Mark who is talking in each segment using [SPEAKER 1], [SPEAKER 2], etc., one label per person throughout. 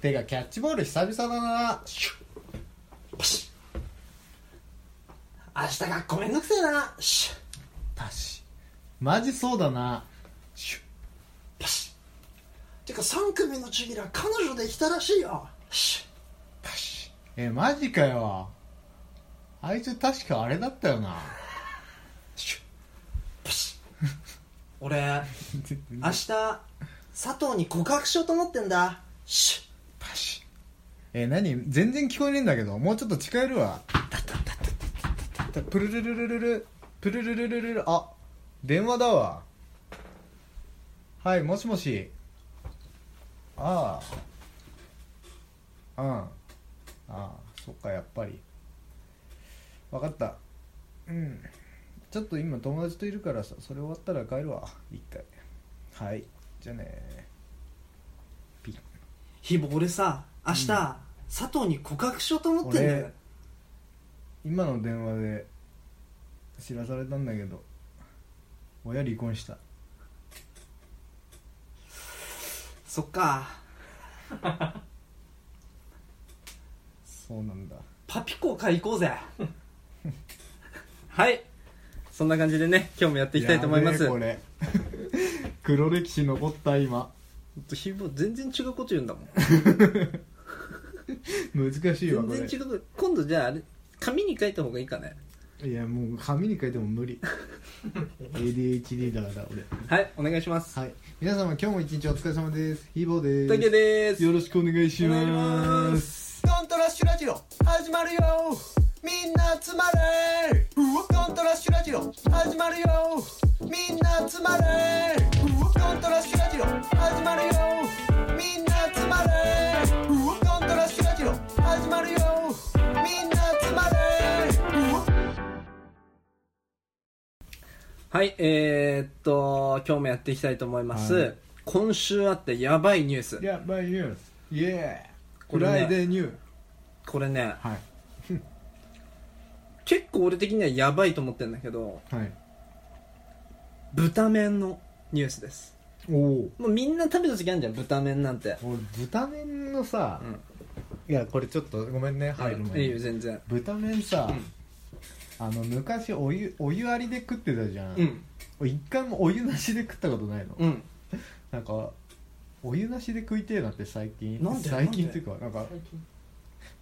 [SPEAKER 1] てかキャッチボール久々だなシュッ
[SPEAKER 2] 明日学校めんどくせえなシュッ
[SPEAKER 1] パシマジそうだなシュッ
[SPEAKER 2] パシッてか3組のちぎら彼女できたらしいよシュッ
[SPEAKER 1] パシえマジかよあいつ確かあれだったよな
[SPEAKER 2] シュッパシッ俺明日佐藤に告白しようと思ってんだシュッ
[SPEAKER 1] パシえ何全然聞こえねえんだけどもうちょっと近寄るわプルルルルルルプルルルルルルあ電話だわはいもしもしああうんああそっかやっぱりわかったうんちょっと今友達といるからさそれ終わったら帰るわ一回はいじゃあね
[SPEAKER 2] ひぼ俺さ明日、佐藤に告白しようと思ってんだよ
[SPEAKER 1] 俺今の電話で知らされたんだけど親離婚した
[SPEAKER 2] そっか
[SPEAKER 1] そうなんだ
[SPEAKER 2] パピコ買い行こう ぜはい
[SPEAKER 3] そんな感じでね今日もやっていきたいと思います
[SPEAKER 1] やべえこれ 黒歴史残った今
[SPEAKER 3] ほんとひぼ全然違うこと言うんだもん
[SPEAKER 1] 難しいわこ
[SPEAKER 3] 全然
[SPEAKER 1] れ
[SPEAKER 3] 違う今度じゃああれ紙に書いた方がいいかね
[SPEAKER 1] いやもう紙に書いても無理 ADHD だから俺
[SPEAKER 3] はいお願いします
[SPEAKER 1] はい皆様今日も一日お疲れ様ですヒーボー
[SPEAKER 3] 竹
[SPEAKER 1] で
[SPEAKER 3] ですす
[SPEAKER 1] よろしくお願いし
[SPEAKER 3] お願いし
[SPEAKER 1] ま
[SPEAKER 3] ます
[SPEAKER 4] ドントラッシュラジオ始まるよみんな集まれドントラッシュラジオ始まるよみんな集まれドントラッシュラジオ始まるよみんな集まれドントラッシュラジオ始まるよみんな集まれ
[SPEAKER 3] はいえー、っと今日もやっていきたいと思います、
[SPEAKER 1] はい
[SPEAKER 3] 今週あってやばいニュース
[SPEAKER 1] やばいニュースイエー
[SPEAKER 3] こ
[SPEAKER 1] フ
[SPEAKER 3] れね
[SPEAKER 1] ライデーニュー
[SPEAKER 3] これね
[SPEAKER 1] はい
[SPEAKER 3] 結構俺的にはやばいと思ってんだけど
[SPEAKER 1] はい
[SPEAKER 3] 豚麺のニュースです
[SPEAKER 1] おお
[SPEAKER 3] もうみんな食べた時あるじゃん豚麺なんて
[SPEAKER 1] 俺豚麺のさ、
[SPEAKER 3] うん
[SPEAKER 1] いやこれちょっとごめんね入る前
[SPEAKER 3] いい
[SPEAKER 1] に
[SPEAKER 3] よ全然
[SPEAKER 1] 豚麺さ、あの昔お湯お湯ありで食ってたじゃん、
[SPEAKER 3] うん
[SPEAKER 1] 俺一回もお湯なしで食ったことないの、
[SPEAKER 3] うん
[SPEAKER 1] なんかお湯なしで食いてえなって最近
[SPEAKER 3] なんで
[SPEAKER 1] 最近っていうかなんか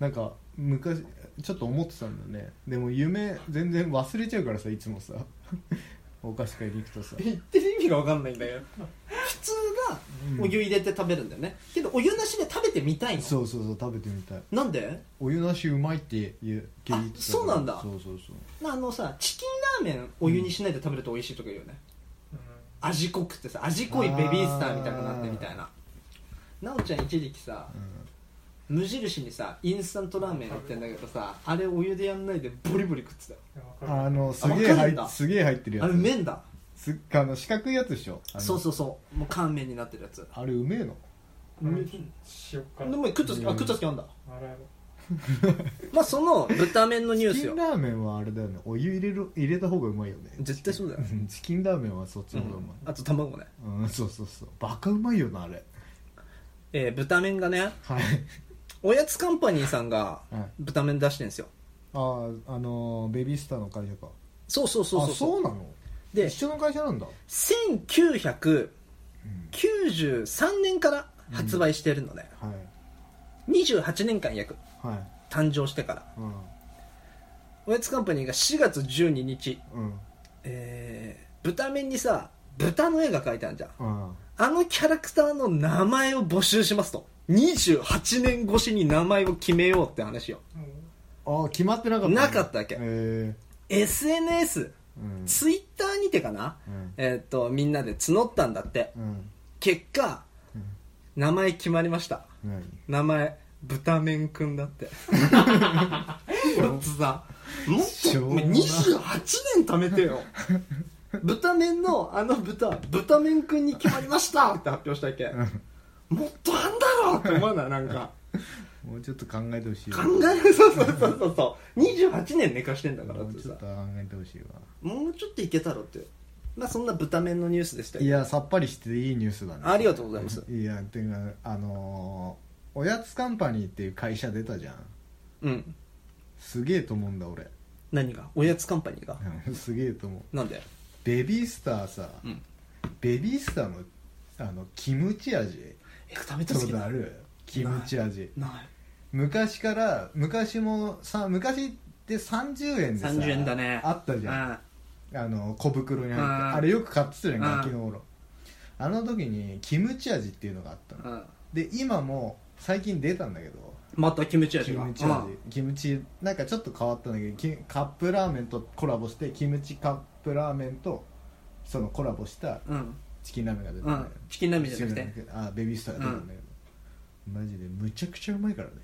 [SPEAKER 1] なんか昔ちょっと思ってたんだよねでも夢全然忘れちゃうからさいつもさ お菓子買いに行くとさ
[SPEAKER 3] 言ってる意味が分かんないんだけど普通がお湯入れて食べるんだよね、けどお湯なしで食べてみたいの
[SPEAKER 1] そうそうそう食べてみたい
[SPEAKER 3] なんで
[SPEAKER 1] お湯なしうまいって言う聞いてたから
[SPEAKER 3] あそうなんだ
[SPEAKER 1] そうそうそう
[SPEAKER 3] なあのさチキンラーメンお湯にしないで食べると美味しいとか言うよね、味濃くてさ味濃いベビースターみたいになってみたいななおちゃん一時期さ無印にさインスタントラーメン売ってんだけどさあれお湯でやんないでボリボリ食って
[SPEAKER 1] うんあのす
[SPEAKER 3] あわ
[SPEAKER 1] げえ
[SPEAKER 3] かる
[SPEAKER 1] 入
[SPEAKER 3] ん
[SPEAKER 1] っ
[SPEAKER 3] だ
[SPEAKER 1] すげえ入ってる
[SPEAKER 3] たよ
[SPEAKER 1] や
[SPEAKER 3] あれ
[SPEAKER 1] つ
[SPEAKER 3] 麺だ
[SPEAKER 1] すあの四角いやつでしょあの
[SPEAKER 3] そうそうそうもう乾麺になってるやつ
[SPEAKER 1] あれうめえの
[SPEAKER 5] 塩
[SPEAKER 3] で
[SPEAKER 5] 辛
[SPEAKER 3] も食った時あ
[SPEAKER 1] うん
[SPEAKER 3] 食った時あんだ
[SPEAKER 5] あれ
[SPEAKER 3] まあその豚麺のニュー
[SPEAKER 1] チ
[SPEAKER 3] ス
[SPEAKER 1] キン
[SPEAKER 3] よ
[SPEAKER 1] ラーメンはあれだよねお湯入れる入れた方がうまいよね
[SPEAKER 3] 絶対そうだよ
[SPEAKER 1] うんチキンラーメンはそっちの方がうまい
[SPEAKER 3] あと卵ね、
[SPEAKER 1] うん、そうそうそうバカうまいよなあれ
[SPEAKER 3] えー豚麺がね
[SPEAKER 1] はい
[SPEAKER 3] おやつカンパニーさんが
[SPEAKER 1] はい
[SPEAKER 3] 豚麺出してんですよ
[SPEAKER 1] あーあのーベビースターの会社か
[SPEAKER 3] そうそうそうそう
[SPEAKER 1] あそうなの
[SPEAKER 3] で
[SPEAKER 1] 一緒の会社なんだ
[SPEAKER 3] 1993年から発売してるのね、
[SPEAKER 1] はい
[SPEAKER 3] 28年間約
[SPEAKER 1] はい
[SPEAKER 3] 誕生してから
[SPEAKER 1] う
[SPEAKER 3] おやつカンパニーが4月12日、
[SPEAKER 1] んうん
[SPEAKER 3] えー、豚麺にさ豚の絵が描いてあるじゃん
[SPEAKER 1] うん
[SPEAKER 3] あのキャラクターの名前を募集しますと28年越しに名前を決めようって話よ
[SPEAKER 1] ああ決まってなかった
[SPEAKER 3] なかったわけ
[SPEAKER 1] へえ
[SPEAKER 3] SNS
[SPEAKER 1] うん
[SPEAKER 3] ツイッターにてかな、
[SPEAKER 1] うん
[SPEAKER 3] えーっとみんなで募ったんだって
[SPEAKER 1] うん
[SPEAKER 3] 結果、
[SPEAKER 1] うん
[SPEAKER 3] 名前決まりました
[SPEAKER 1] 何
[SPEAKER 3] 名前豚麺くんだって だってさもっ
[SPEAKER 1] し
[SPEAKER 3] と
[SPEAKER 1] ょう
[SPEAKER 3] お
[SPEAKER 1] もな
[SPEAKER 3] 前28年貯めてよ豚麺のあの豚豚麺くんに決まりましたって発表したっけもっとあんだろうって思わないなんか
[SPEAKER 1] もうちょっと考えてほしい
[SPEAKER 3] 考
[SPEAKER 1] わ
[SPEAKER 3] えそうそうそうそうそう28年寝かしてんだから
[SPEAKER 1] も
[SPEAKER 3] っ
[SPEAKER 1] う
[SPEAKER 3] て
[SPEAKER 1] ち
[SPEAKER 3] さ
[SPEAKER 1] ょっと考えてほしいわ
[SPEAKER 3] もうちょっといけたろってまあそんな豚麺のニュースでした
[SPEAKER 1] い
[SPEAKER 3] よ
[SPEAKER 1] やさっぱりしていいニュースだね
[SPEAKER 3] ありがとうございます
[SPEAKER 1] いやていうかあのーおやつカンパニーっていう会社出たじゃん
[SPEAKER 3] うん
[SPEAKER 1] すげえと思うんだ俺
[SPEAKER 3] 何がおやつカンパニーが
[SPEAKER 1] うんすげえと思う
[SPEAKER 3] なんで
[SPEAKER 1] ベビースターさ、
[SPEAKER 3] うん
[SPEAKER 1] ベビースターのあのキムチ味
[SPEAKER 3] え食べた好
[SPEAKER 1] そ
[SPEAKER 3] き
[SPEAKER 1] う
[SPEAKER 3] な
[SPEAKER 1] あ
[SPEAKER 3] い
[SPEAKER 1] るキムチ味
[SPEAKER 3] ない
[SPEAKER 1] 昔から昔もさ昔って30円でさ
[SPEAKER 3] 30円だね
[SPEAKER 1] あったじゃん
[SPEAKER 3] うん
[SPEAKER 1] あの小袋に入って
[SPEAKER 3] うん
[SPEAKER 1] あれよく買ってたじゃん
[SPEAKER 3] うん
[SPEAKER 1] ガキの頃あの時にキムチ味っていうのがあったの
[SPEAKER 3] うん
[SPEAKER 1] で今も最近出たんだけど
[SPEAKER 3] またキム
[SPEAKER 1] キ
[SPEAKER 3] チ味が
[SPEAKER 1] ムチ味キムチなんかちょっと変わったんだけどキカップラーメンとコラボしてキムチカップラーメンとそのコラボした
[SPEAKER 3] うんうん
[SPEAKER 1] チキンラーメンが出て
[SPEAKER 3] う
[SPEAKER 1] た
[SPEAKER 3] んチキンラーメンじゃなくて
[SPEAKER 1] あベビースターが出たんだけど、マジでむちゃくちゃうまいからね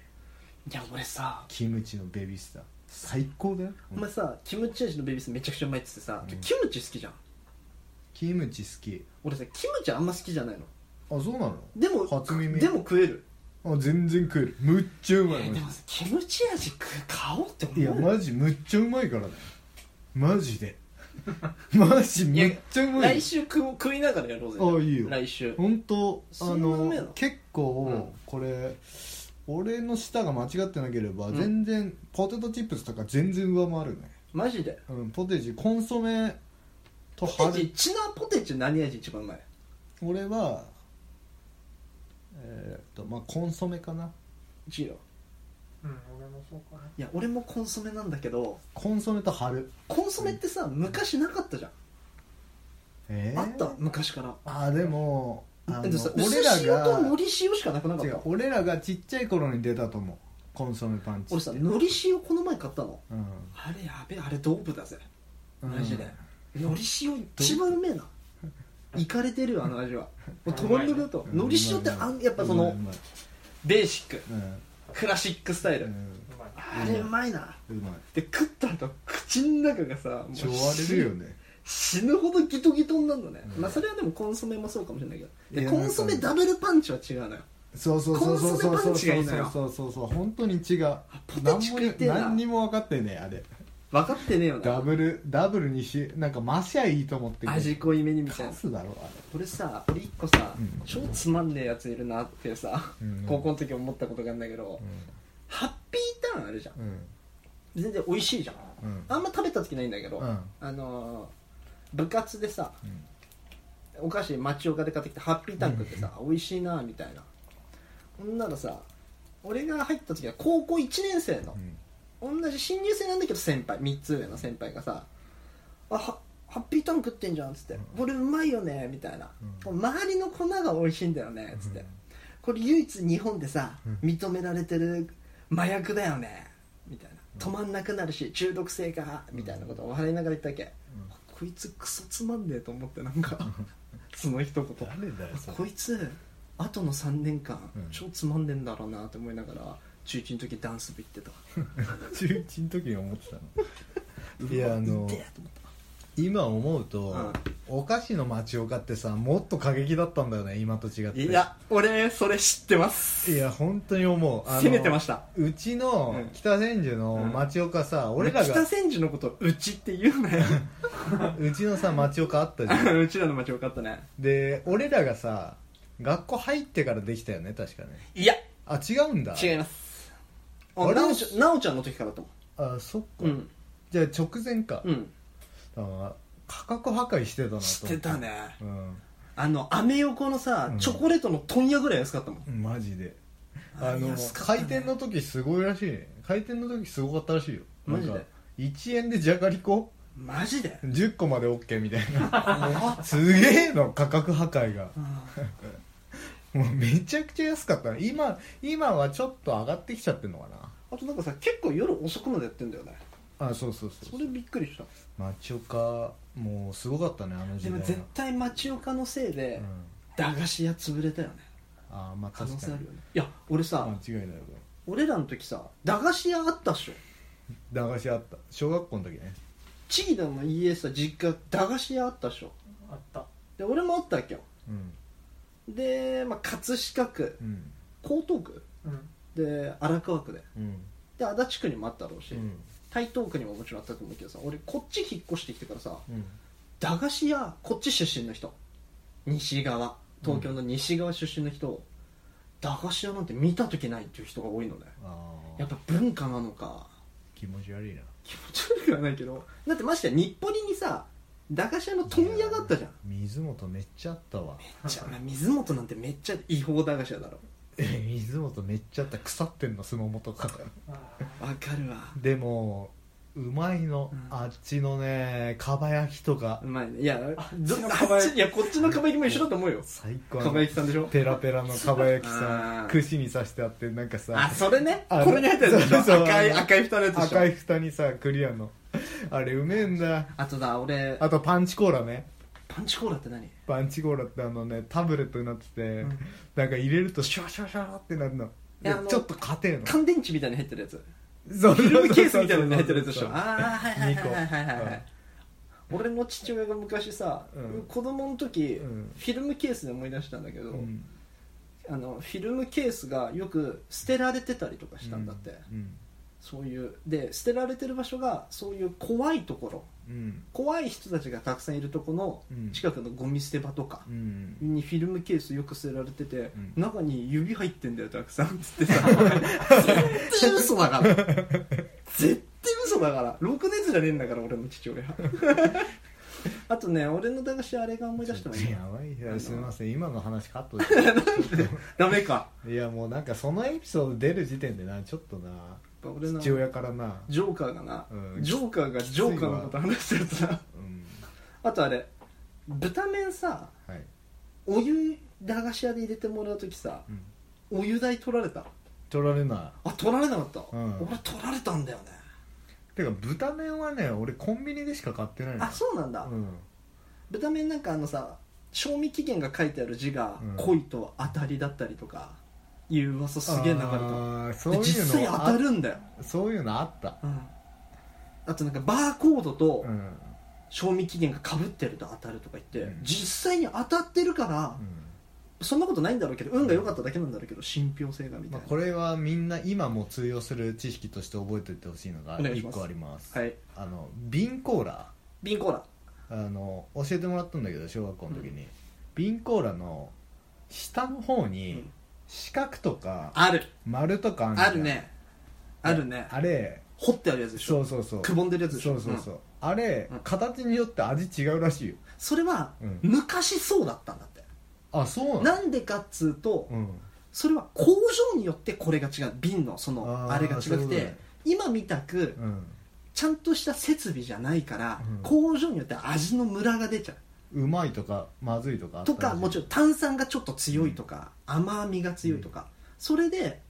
[SPEAKER 3] いや俺さ
[SPEAKER 1] キムチのベビースター最高だよ
[SPEAKER 3] お前さキムチ味のベビースめちゃくちゃうまいっつってさ
[SPEAKER 1] うん
[SPEAKER 3] キムチ好きじゃん
[SPEAKER 1] キムチ好き
[SPEAKER 3] 俺さキムチあんま好きじゃないの
[SPEAKER 1] あそうなの
[SPEAKER 3] でも
[SPEAKER 1] 初耳
[SPEAKER 3] でも食える
[SPEAKER 1] あ全然食えるむっちゃ うまい
[SPEAKER 3] えでもさキムチ味食う買おうって思う
[SPEAKER 1] い
[SPEAKER 3] い
[SPEAKER 1] やマジむっちゃうまいからねマジでマジめっちゃうまい
[SPEAKER 3] 来週食おう食いながらやろうぜ
[SPEAKER 1] あいいよ
[SPEAKER 3] 来週
[SPEAKER 1] 本当あ
[SPEAKER 3] そんなうめえ
[SPEAKER 1] の
[SPEAKER 3] の
[SPEAKER 1] 結構これ俺の舌が間違ってなければ全然ポテトチップスとか全然上回るね
[SPEAKER 3] マジで
[SPEAKER 1] うんポテチコンソメと
[SPEAKER 3] ポテ
[SPEAKER 1] 春
[SPEAKER 3] チチナポテチ何味一番うまい
[SPEAKER 1] 俺はえーっとまあコンソメかな
[SPEAKER 3] 違うよ
[SPEAKER 5] うん、俺もそうかな。
[SPEAKER 3] いや俺もコンソメなんだけど
[SPEAKER 1] コンソメと春
[SPEAKER 3] コンソメってさ昔なかったじゃん、
[SPEAKER 1] えー
[SPEAKER 3] あった昔から
[SPEAKER 1] あでもあの
[SPEAKER 3] でもさ
[SPEAKER 1] 俺
[SPEAKER 3] 薄
[SPEAKER 1] ら
[SPEAKER 3] 塩と
[SPEAKER 1] が
[SPEAKER 3] のり塩しかなくなかっ
[SPEAKER 1] 違う
[SPEAKER 3] た
[SPEAKER 1] 俺らがちっちゃい頃に出たと思うコンソメパンチ
[SPEAKER 3] 俺さのり塩この前買ったの
[SPEAKER 1] うん
[SPEAKER 3] あれやべえあれドープだぜ
[SPEAKER 1] うん
[SPEAKER 3] マジでのり塩一番うめえなイかれてるよあの 味はもうトロンドルだと
[SPEAKER 1] うん
[SPEAKER 3] のり塩ってあんやっぱそうの
[SPEAKER 1] まい
[SPEAKER 3] ベーシック
[SPEAKER 1] うまい
[SPEAKER 3] クラシックスタイ
[SPEAKER 1] う
[SPEAKER 3] ル
[SPEAKER 1] ん
[SPEAKER 5] うまい。
[SPEAKER 3] あれうまいな
[SPEAKER 1] うんうまい
[SPEAKER 3] で食った後口の中がさもう
[SPEAKER 1] ちょわれるよね
[SPEAKER 3] 死ぬほどギトギトになるのね、
[SPEAKER 1] うん
[SPEAKER 3] まあそれはでもコンソメもそうかもしれないけど
[SPEAKER 1] い
[SPEAKER 3] で
[SPEAKER 1] や
[SPEAKER 3] コンソメダブルパンチは違うのよ
[SPEAKER 1] そうそうそうそうそう
[SPEAKER 3] コ
[SPEAKER 1] そ
[SPEAKER 3] ン
[SPEAKER 1] う
[SPEAKER 3] ソメパ
[SPEAKER 1] そ
[SPEAKER 3] ンチがいういのよ
[SPEAKER 1] そうそうそう本当に違う
[SPEAKER 3] ポテ
[SPEAKER 1] 何
[SPEAKER 3] チ
[SPEAKER 1] も
[SPEAKER 3] 食いてえな
[SPEAKER 1] 何にも分かってねえあれ
[SPEAKER 3] 分かってねえよ
[SPEAKER 1] ダ
[SPEAKER 3] な
[SPEAKER 1] ブルダブルにしなんか増しゃいいと思って
[SPEAKER 3] 味濃いめにみたい
[SPEAKER 1] カ
[SPEAKER 3] な
[SPEAKER 1] スだろあ
[SPEAKER 3] 俺さ俺一個さ、
[SPEAKER 1] うん
[SPEAKER 3] 超つまんねえやついるなってさ、
[SPEAKER 1] うん
[SPEAKER 3] 高校の時思ったことがあるんだけど、
[SPEAKER 1] れ
[SPEAKER 3] ハッピーターンあるじゃん
[SPEAKER 1] うん
[SPEAKER 3] 全然美味しいじゃん
[SPEAKER 1] うん
[SPEAKER 3] あんま食べた時ないんだけど、
[SPEAKER 1] うん
[SPEAKER 3] あのー部活でさ、お菓子町岡で買ってきてハッピータンクってさ、美味しいなみたいなほんならさ俺が入った時は高校1年生の、同じ新入生なんだけど先輩3つ上の先輩がさ「あはハッピータン食ってんじゃん」っつって「これうまいよね」みたいな、周りの粉が美味しいんだよね」っつって、これ唯一日本でさ認められてる麻薬だよね」みたいな「止まんなくなるし中毒性が」みたいなことを笑いながら言ったわけ、こいつクソつまんねえと思ってなんかその一言
[SPEAKER 1] 誰だよそれ
[SPEAKER 3] こいつ後の3年間、
[SPEAKER 1] うん
[SPEAKER 3] 超つまんでんだろうなと思いながら中1の時ダンス部行ってた
[SPEAKER 1] 中1の時に思ってたの いやあの
[SPEAKER 3] 痛えと思っ
[SPEAKER 1] 今思うと、
[SPEAKER 3] うん
[SPEAKER 1] お菓子の町岡ってさもっと過激だったんだよね今と違ったて
[SPEAKER 3] いや俺それ知ってます
[SPEAKER 1] いや本当に思うあの
[SPEAKER 3] 攻めてました
[SPEAKER 1] うちの
[SPEAKER 3] うん
[SPEAKER 1] 北千住の町岡さ、俺ら
[SPEAKER 3] 北
[SPEAKER 1] が
[SPEAKER 3] 千住のことうちって言うなよ
[SPEAKER 1] うちのさ町岡あったじゃん
[SPEAKER 3] うちらの町よかったね
[SPEAKER 1] で俺らがさ学校入ってからできたよね確かね
[SPEAKER 3] いや
[SPEAKER 1] あ違うんだ
[SPEAKER 3] 違います
[SPEAKER 1] あ
[SPEAKER 3] あ
[SPEAKER 1] れ
[SPEAKER 3] なおちゃんなおちゃんの時からだと思
[SPEAKER 1] あそっか、
[SPEAKER 3] ううん
[SPEAKER 1] じゃあ直前か、
[SPEAKER 3] うん
[SPEAKER 1] あ価格破壊してたなと思
[SPEAKER 3] 知ってたね
[SPEAKER 1] うん
[SPEAKER 3] あのアメ横のさ、
[SPEAKER 1] うん
[SPEAKER 3] チョコレートの問屋ぐらい安かったもん
[SPEAKER 1] マジであの
[SPEAKER 3] 安かったね
[SPEAKER 1] 開店の時すごいらしいね開店の時すごかったらしいよ
[SPEAKER 3] マジで
[SPEAKER 1] なんか1円でじゃがりこ
[SPEAKER 3] マジで
[SPEAKER 1] 10個まで OK みたいなすげえの価格破壊がもうめちゃくちゃ安かったね今今はちょっと上がってきちゃってんのか
[SPEAKER 3] あとなんかさ結構夜遅くまでやってんだよね
[SPEAKER 1] なあそうそうそう
[SPEAKER 3] それびっくりした
[SPEAKER 1] 町岡もうすごかったねあの時代
[SPEAKER 3] でも
[SPEAKER 1] は
[SPEAKER 3] 絶対町岡のせい
[SPEAKER 1] う
[SPEAKER 3] で、
[SPEAKER 1] ん、
[SPEAKER 3] 駄菓子屋潰れたよね
[SPEAKER 1] ああまあ
[SPEAKER 3] 可
[SPEAKER 1] 確
[SPEAKER 3] 能
[SPEAKER 1] か
[SPEAKER 3] 性ある
[SPEAKER 1] に
[SPEAKER 3] よねいや俺さ、
[SPEAKER 1] 間違いないよこ
[SPEAKER 3] 俺らの時さ駄菓子屋あったっしょ
[SPEAKER 1] れ駄菓子あった小学校の時ね
[SPEAKER 3] チギダの家さ実家駄菓子屋あったっしょ
[SPEAKER 5] あった。
[SPEAKER 3] で俺もあったわけよ
[SPEAKER 1] うん
[SPEAKER 3] で、まあ、葛飾区
[SPEAKER 1] うん
[SPEAKER 3] 江東区
[SPEAKER 5] うん。
[SPEAKER 3] で荒川区で
[SPEAKER 1] うん
[SPEAKER 3] で足立区にもあったろうし、
[SPEAKER 1] うん
[SPEAKER 3] 台東区にももちろんあったと思うけどさ俺こっち引っ越してきてからさ
[SPEAKER 1] うん
[SPEAKER 3] 駄菓子屋こっち出身の人西側東京の西側出身の人、駄菓子屋なんて見た時ないっていう人が多いのね
[SPEAKER 1] あー
[SPEAKER 3] やっぱ文化なのか
[SPEAKER 1] 気持ち悪いな
[SPEAKER 3] 気持ち悪くはないけどだってましてや日暮里にさ駄菓子屋の問屋があったじゃん
[SPEAKER 1] 水元めっちゃあったわ
[SPEAKER 3] じゃあ水元なんてめっちゃ違法駄菓子屋だろ
[SPEAKER 1] 水元めっちゃあった腐ってんのすもも とか
[SPEAKER 5] あ
[SPEAKER 3] わかるわ
[SPEAKER 1] でもうまいの、
[SPEAKER 3] うん
[SPEAKER 1] あっちのねかば焼きとか
[SPEAKER 3] うまいねいやあっち
[SPEAKER 5] ちの蒲焼
[SPEAKER 3] いやこっちの蒲焼きも一緒だと思うよ
[SPEAKER 1] 最高
[SPEAKER 3] 蒲焼きさんでしょ
[SPEAKER 1] ペラペラのかば焼き
[SPEAKER 3] あ
[SPEAKER 1] さ
[SPEAKER 3] ー
[SPEAKER 1] 串に刺してあってなんか
[SPEAKER 3] あ
[SPEAKER 1] さ
[SPEAKER 3] それね
[SPEAKER 1] あの
[SPEAKER 3] これに入ったやつでし
[SPEAKER 1] そうそ
[SPEAKER 3] ょ
[SPEAKER 1] う
[SPEAKER 3] 赤い
[SPEAKER 1] あの
[SPEAKER 3] 赤い蓋のやつでしょ
[SPEAKER 1] 赤い蓋にさクリアのあれうめえんだ
[SPEAKER 3] あとだ俺
[SPEAKER 1] あとパンチコーラね
[SPEAKER 3] パンチコーラって何
[SPEAKER 1] パンチコーラってあのねタブレットになってて、なんか入れるとシュワシュワシュワってなるので
[SPEAKER 3] いやあの
[SPEAKER 1] ちょっと硬えの
[SPEAKER 3] 乾電池みたいに入ってるやつ
[SPEAKER 1] そう
[SPEAKER 3] フィルムケースみたいなのに入ってるやつでしょ
[SPEAKER 1] そうそうそう
[SPEAKER 3] ああはいはいはいはいはい
[SPEAKER 1] 二個
[SPEAKER 3] は
[SPEAKER 1] う
[SPEAKER 3] い
[SPEAKER 1] ん
[SPEAKER 3] 俺の父親が昔さ、
[SPEAKER 1] うん
[SPEAKER 3] 子供の時、
[SPEAKER 1] うん
[SPEAKER 3] フィルムケースで思い出したんだけど、
[SPEAKER 1] うん
[SPEAKER 3] あのフィルムケースがよく捨てられてたりとかしたんだって、
[SPEAKER 1] うん
[SPEAKER 3] そういうで捨てられてる場所がそういう怖いところ
[SPEAKER 1] うん
[SPEAKER 3] 怖い人たちがたくさんいるところ
[SPEAKER 1] う
[SPEAKER 3] の
[SPEAKER 1] ん
[SPEAKER 3] 近くのゴミ捨て場とか
[SPEAKER 1] うん
[SPEAKER 3] にフィルムケースよく捨てられてて、
[SPEAKER 1] うん
[SPEAKER 3] 中に指入ってんだよたくさんっつって さ絶対嘘だから絶対嘘だからろくねえやつじゃねえんだから俺の 父親あとね俺の駄菓子あれが思い出してもいい
[SPEAKER 1] やばい
[SPEAKER 3] あ
[SPEAKER 1] や
[SPEAKER 3] の
[SPEAKER 1] すみません今の話カットで
[SPEAKER 3] ダメか
[SPEAKER 1] いやもうなんかそのエピソード出る時点でなちょっとな
[SPEAKER 3] やっぱ俺の
[SPEAKER 1] 父親からな
[SPEAKER 3] ジョーカーがな、
[SPEAKER 1] うん
[SPEAKER 3] ジョーカーがジョーカーのこと話してるとな
[SPEAKER 1] うん
[SPEAKER 3] あとあれ豚麺さ
[SPEAKER 1] はい
[SPEAKER 3] お湯駄菓子屋で入れてもらう時さ
[SPEAKER 1] うん
[SPEAKER 3] お湯代取られた
[SPEAKER 1] 取られな
[SPEAKER 3] あ取られなかった、
[SPEAKER 1] うん
[SPEAKER 3] 俺取られたんだよね
[SPEAKER 1] いてか豚麺はね俺コンビニでしか買ってないの
[SPEAKER 3] あそうなんだ、
[SPEAKER 1] うん
[SPEAKER 3] 豚麺なんかあのさ賞味期限が書いてある字が
[SPEAKER 1] うん
[SPEAKER 3] 「恋と当たり」だったりとかいう噂すげえ流れた
[SPEAKER 1] あーそう
[SPEAKER 3] で
[SPEAKER 1] いうの
[SPEAKER 3] 実際当たるんだよ、
[SPEAKER 1] あそういうのあった
[SPEAKER 3] うんあとなんかバーコードと
[SPEAKER 1] うんうん
[SPEAKER 3] 賞味期限がかぶってると当たるとか言って、
[SPEAKER 1] うん
[SPEAKER 3] 実際に当たってるから、そんなことないんだろうけど運が良かっただけなんだろうけど信憑性がみた
[SPEAKER 1] ま
[SPEAKER 3] い
[SPEAKER 1] あ
[SPEAKER 3] な、
[SPEAKER 1] これはみんな今も通用する知識として覚えておいてほしいのが
[SPEAKER 3] お願
[SPEAKER 1] 一
[SPEAKER 3] いします
[SPEAKER 1] 個あります
[SPEAKER 3] はい
[SPEAKER 1] あの瓶コーラ
[SPEAKER 3] ビンコーラ
[SPEAKER 1] あの教えてもらったんだけど小学校の時に、瓶コーラの下の方
[SPEAKER 3] う
[SPEAKER 1] に
[SPEAKER 3] ん
[SPEAKER 1] 四角とか
[SPEAKER 3] ある
[SPEAKER 1] 丸とかあんじゃん
[SPEAKER 3] あるねあるね
[SPEAKER 1] あれ
[SPEAKER 3] 掘ってあるやつでしょ
[SPEAKER 1] そうそうそう
[SPEAKER 3] くぼんでるやつでし
[SPEAKER 1] そ
[SPEAKER 3] ょ
[SPEAKER 1] うそうそううあれ
[SPEAKER 3] うん
[SPEAKER 1] 形によって味違うらしいよ
[SPEAKER 3] んそれは
[SPEAKER 1] うん
[SPEAKER 3] 昔そうだったんだって
[SPEAKER 1] あそうなの
[SPEAKER 3] なんでかっつうと
[SPEAKER 1] うん
[SPEAKER 3] それは工場によってこれが違う瓶のそ
[SPEAKER 1] あ
[SPEAKER 3] の
[SPEAKER 1] ー
[SPEAKER 3] あれが違
[SPEAKER 1] そうい
[SPEAKER 3] く
[SPEAKER 1] うこと
[SPEAKER 3] て
[SPEAKER 1] ね
[SPEAKER 3] 今みたく
[SPEAKER 1] うん
[SPEAKER 3] ちゃんとした設備じゃないから
[SPEAKER 1] うん
[SPEAKER 3] 工場によって味のムラが出ちゃう
[SPEAKER 1] うまいとかまずいとかあった
[SPEAKER 3] と
[SPEAKER 1] らしい
[SPEAKER 3] かもちろん炭酸がちょっと強いとか甘みが強いとかそれで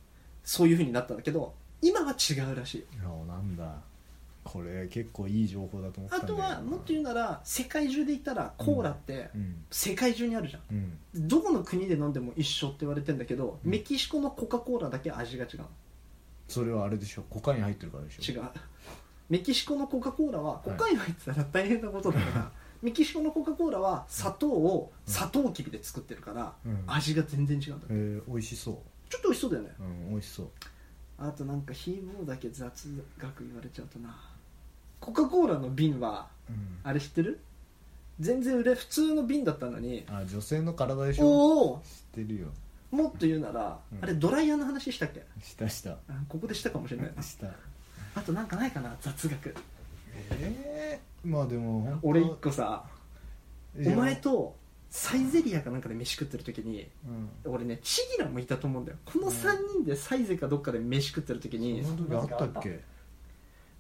[SPEAKER 3] そういう風になったんだけど今は違うらしい
[SPEAKER 1] あなんだこれ結構いい情報だと思った
[SPEAKER 3] あ
[SPEAKER 1] んだけ
[SPEAKER 3] と
[SPEAKER 1] どな
[SPEAKER 3] はもっと言うなら世界中で言ったらコーラって
[SPEAKER 1] うん
[SPEAKER 3] 世界中にあるじゃん
[SPEAKER 1] うん
[SPEAKER 3] どこの国で飲んでも一緒って言われてんだけど
[SPEAKER 1] うん
[SPEAKER 3] メキシコのコカ・コーラだけ味が違うの
[SPEAKER 1] それはあれでしょコカイン入ってるからでしょ
[SPEAKER 3] 違うメキシコのコカ・コーラはコカイン入ってたら大変なことだから、メキシコのコカ・コーラは砂糖を砂糖きびで作ってるから、
[SPEAKER 1] うん
[SPEAKER 3] 味が全然違うんだ
[SPEAKER 1] えー、美味しそ
[SPEAKER 3] ちょっと美味しそうだよね
[SPEAKER 1] ううん美味しそう
[SPEAKER 3] あとなんかヒーボーだけ雑学言われちゃうとなコカ・コーラの瓶は
[SPEAKER 1] うん
[SPEAKER 3] あれ知ってる全然売れ普通の瓶だったのに
[SPEAKER 1] あ女性の体でしょ
[SPEAKER 3] おお
[SPEAKER 1] 知ってるよ
[SPEAKER 3] もっと言うなら、
[SPEAKER 1] うん
[SPEAKER 3] あれドライヤーの話したっけ
[SPEAKER 1] したした
[SPEAKER 3] あここでしたかもしれないな
[SPEAKER 1] した
[SPEAKER 3] あとなんかないかな雑学
[SPEAKER 1] ええまあでも本当
[SPEAKER 3] 俺一個さ
[SPEAKER 1] い
[SPEAKER 3] お
[SPEAKER 1] や
[SPEAKER 3] 前とサイゼリアかなんかで飯食ってる時に
[SPEAKER 1] うん
[SPEAKER 3] 俺ねチギラもいたと思うんだよこの3人でサイゼかどっかで飯食ってる時に、
[SPEAKER 1] その時あったっけ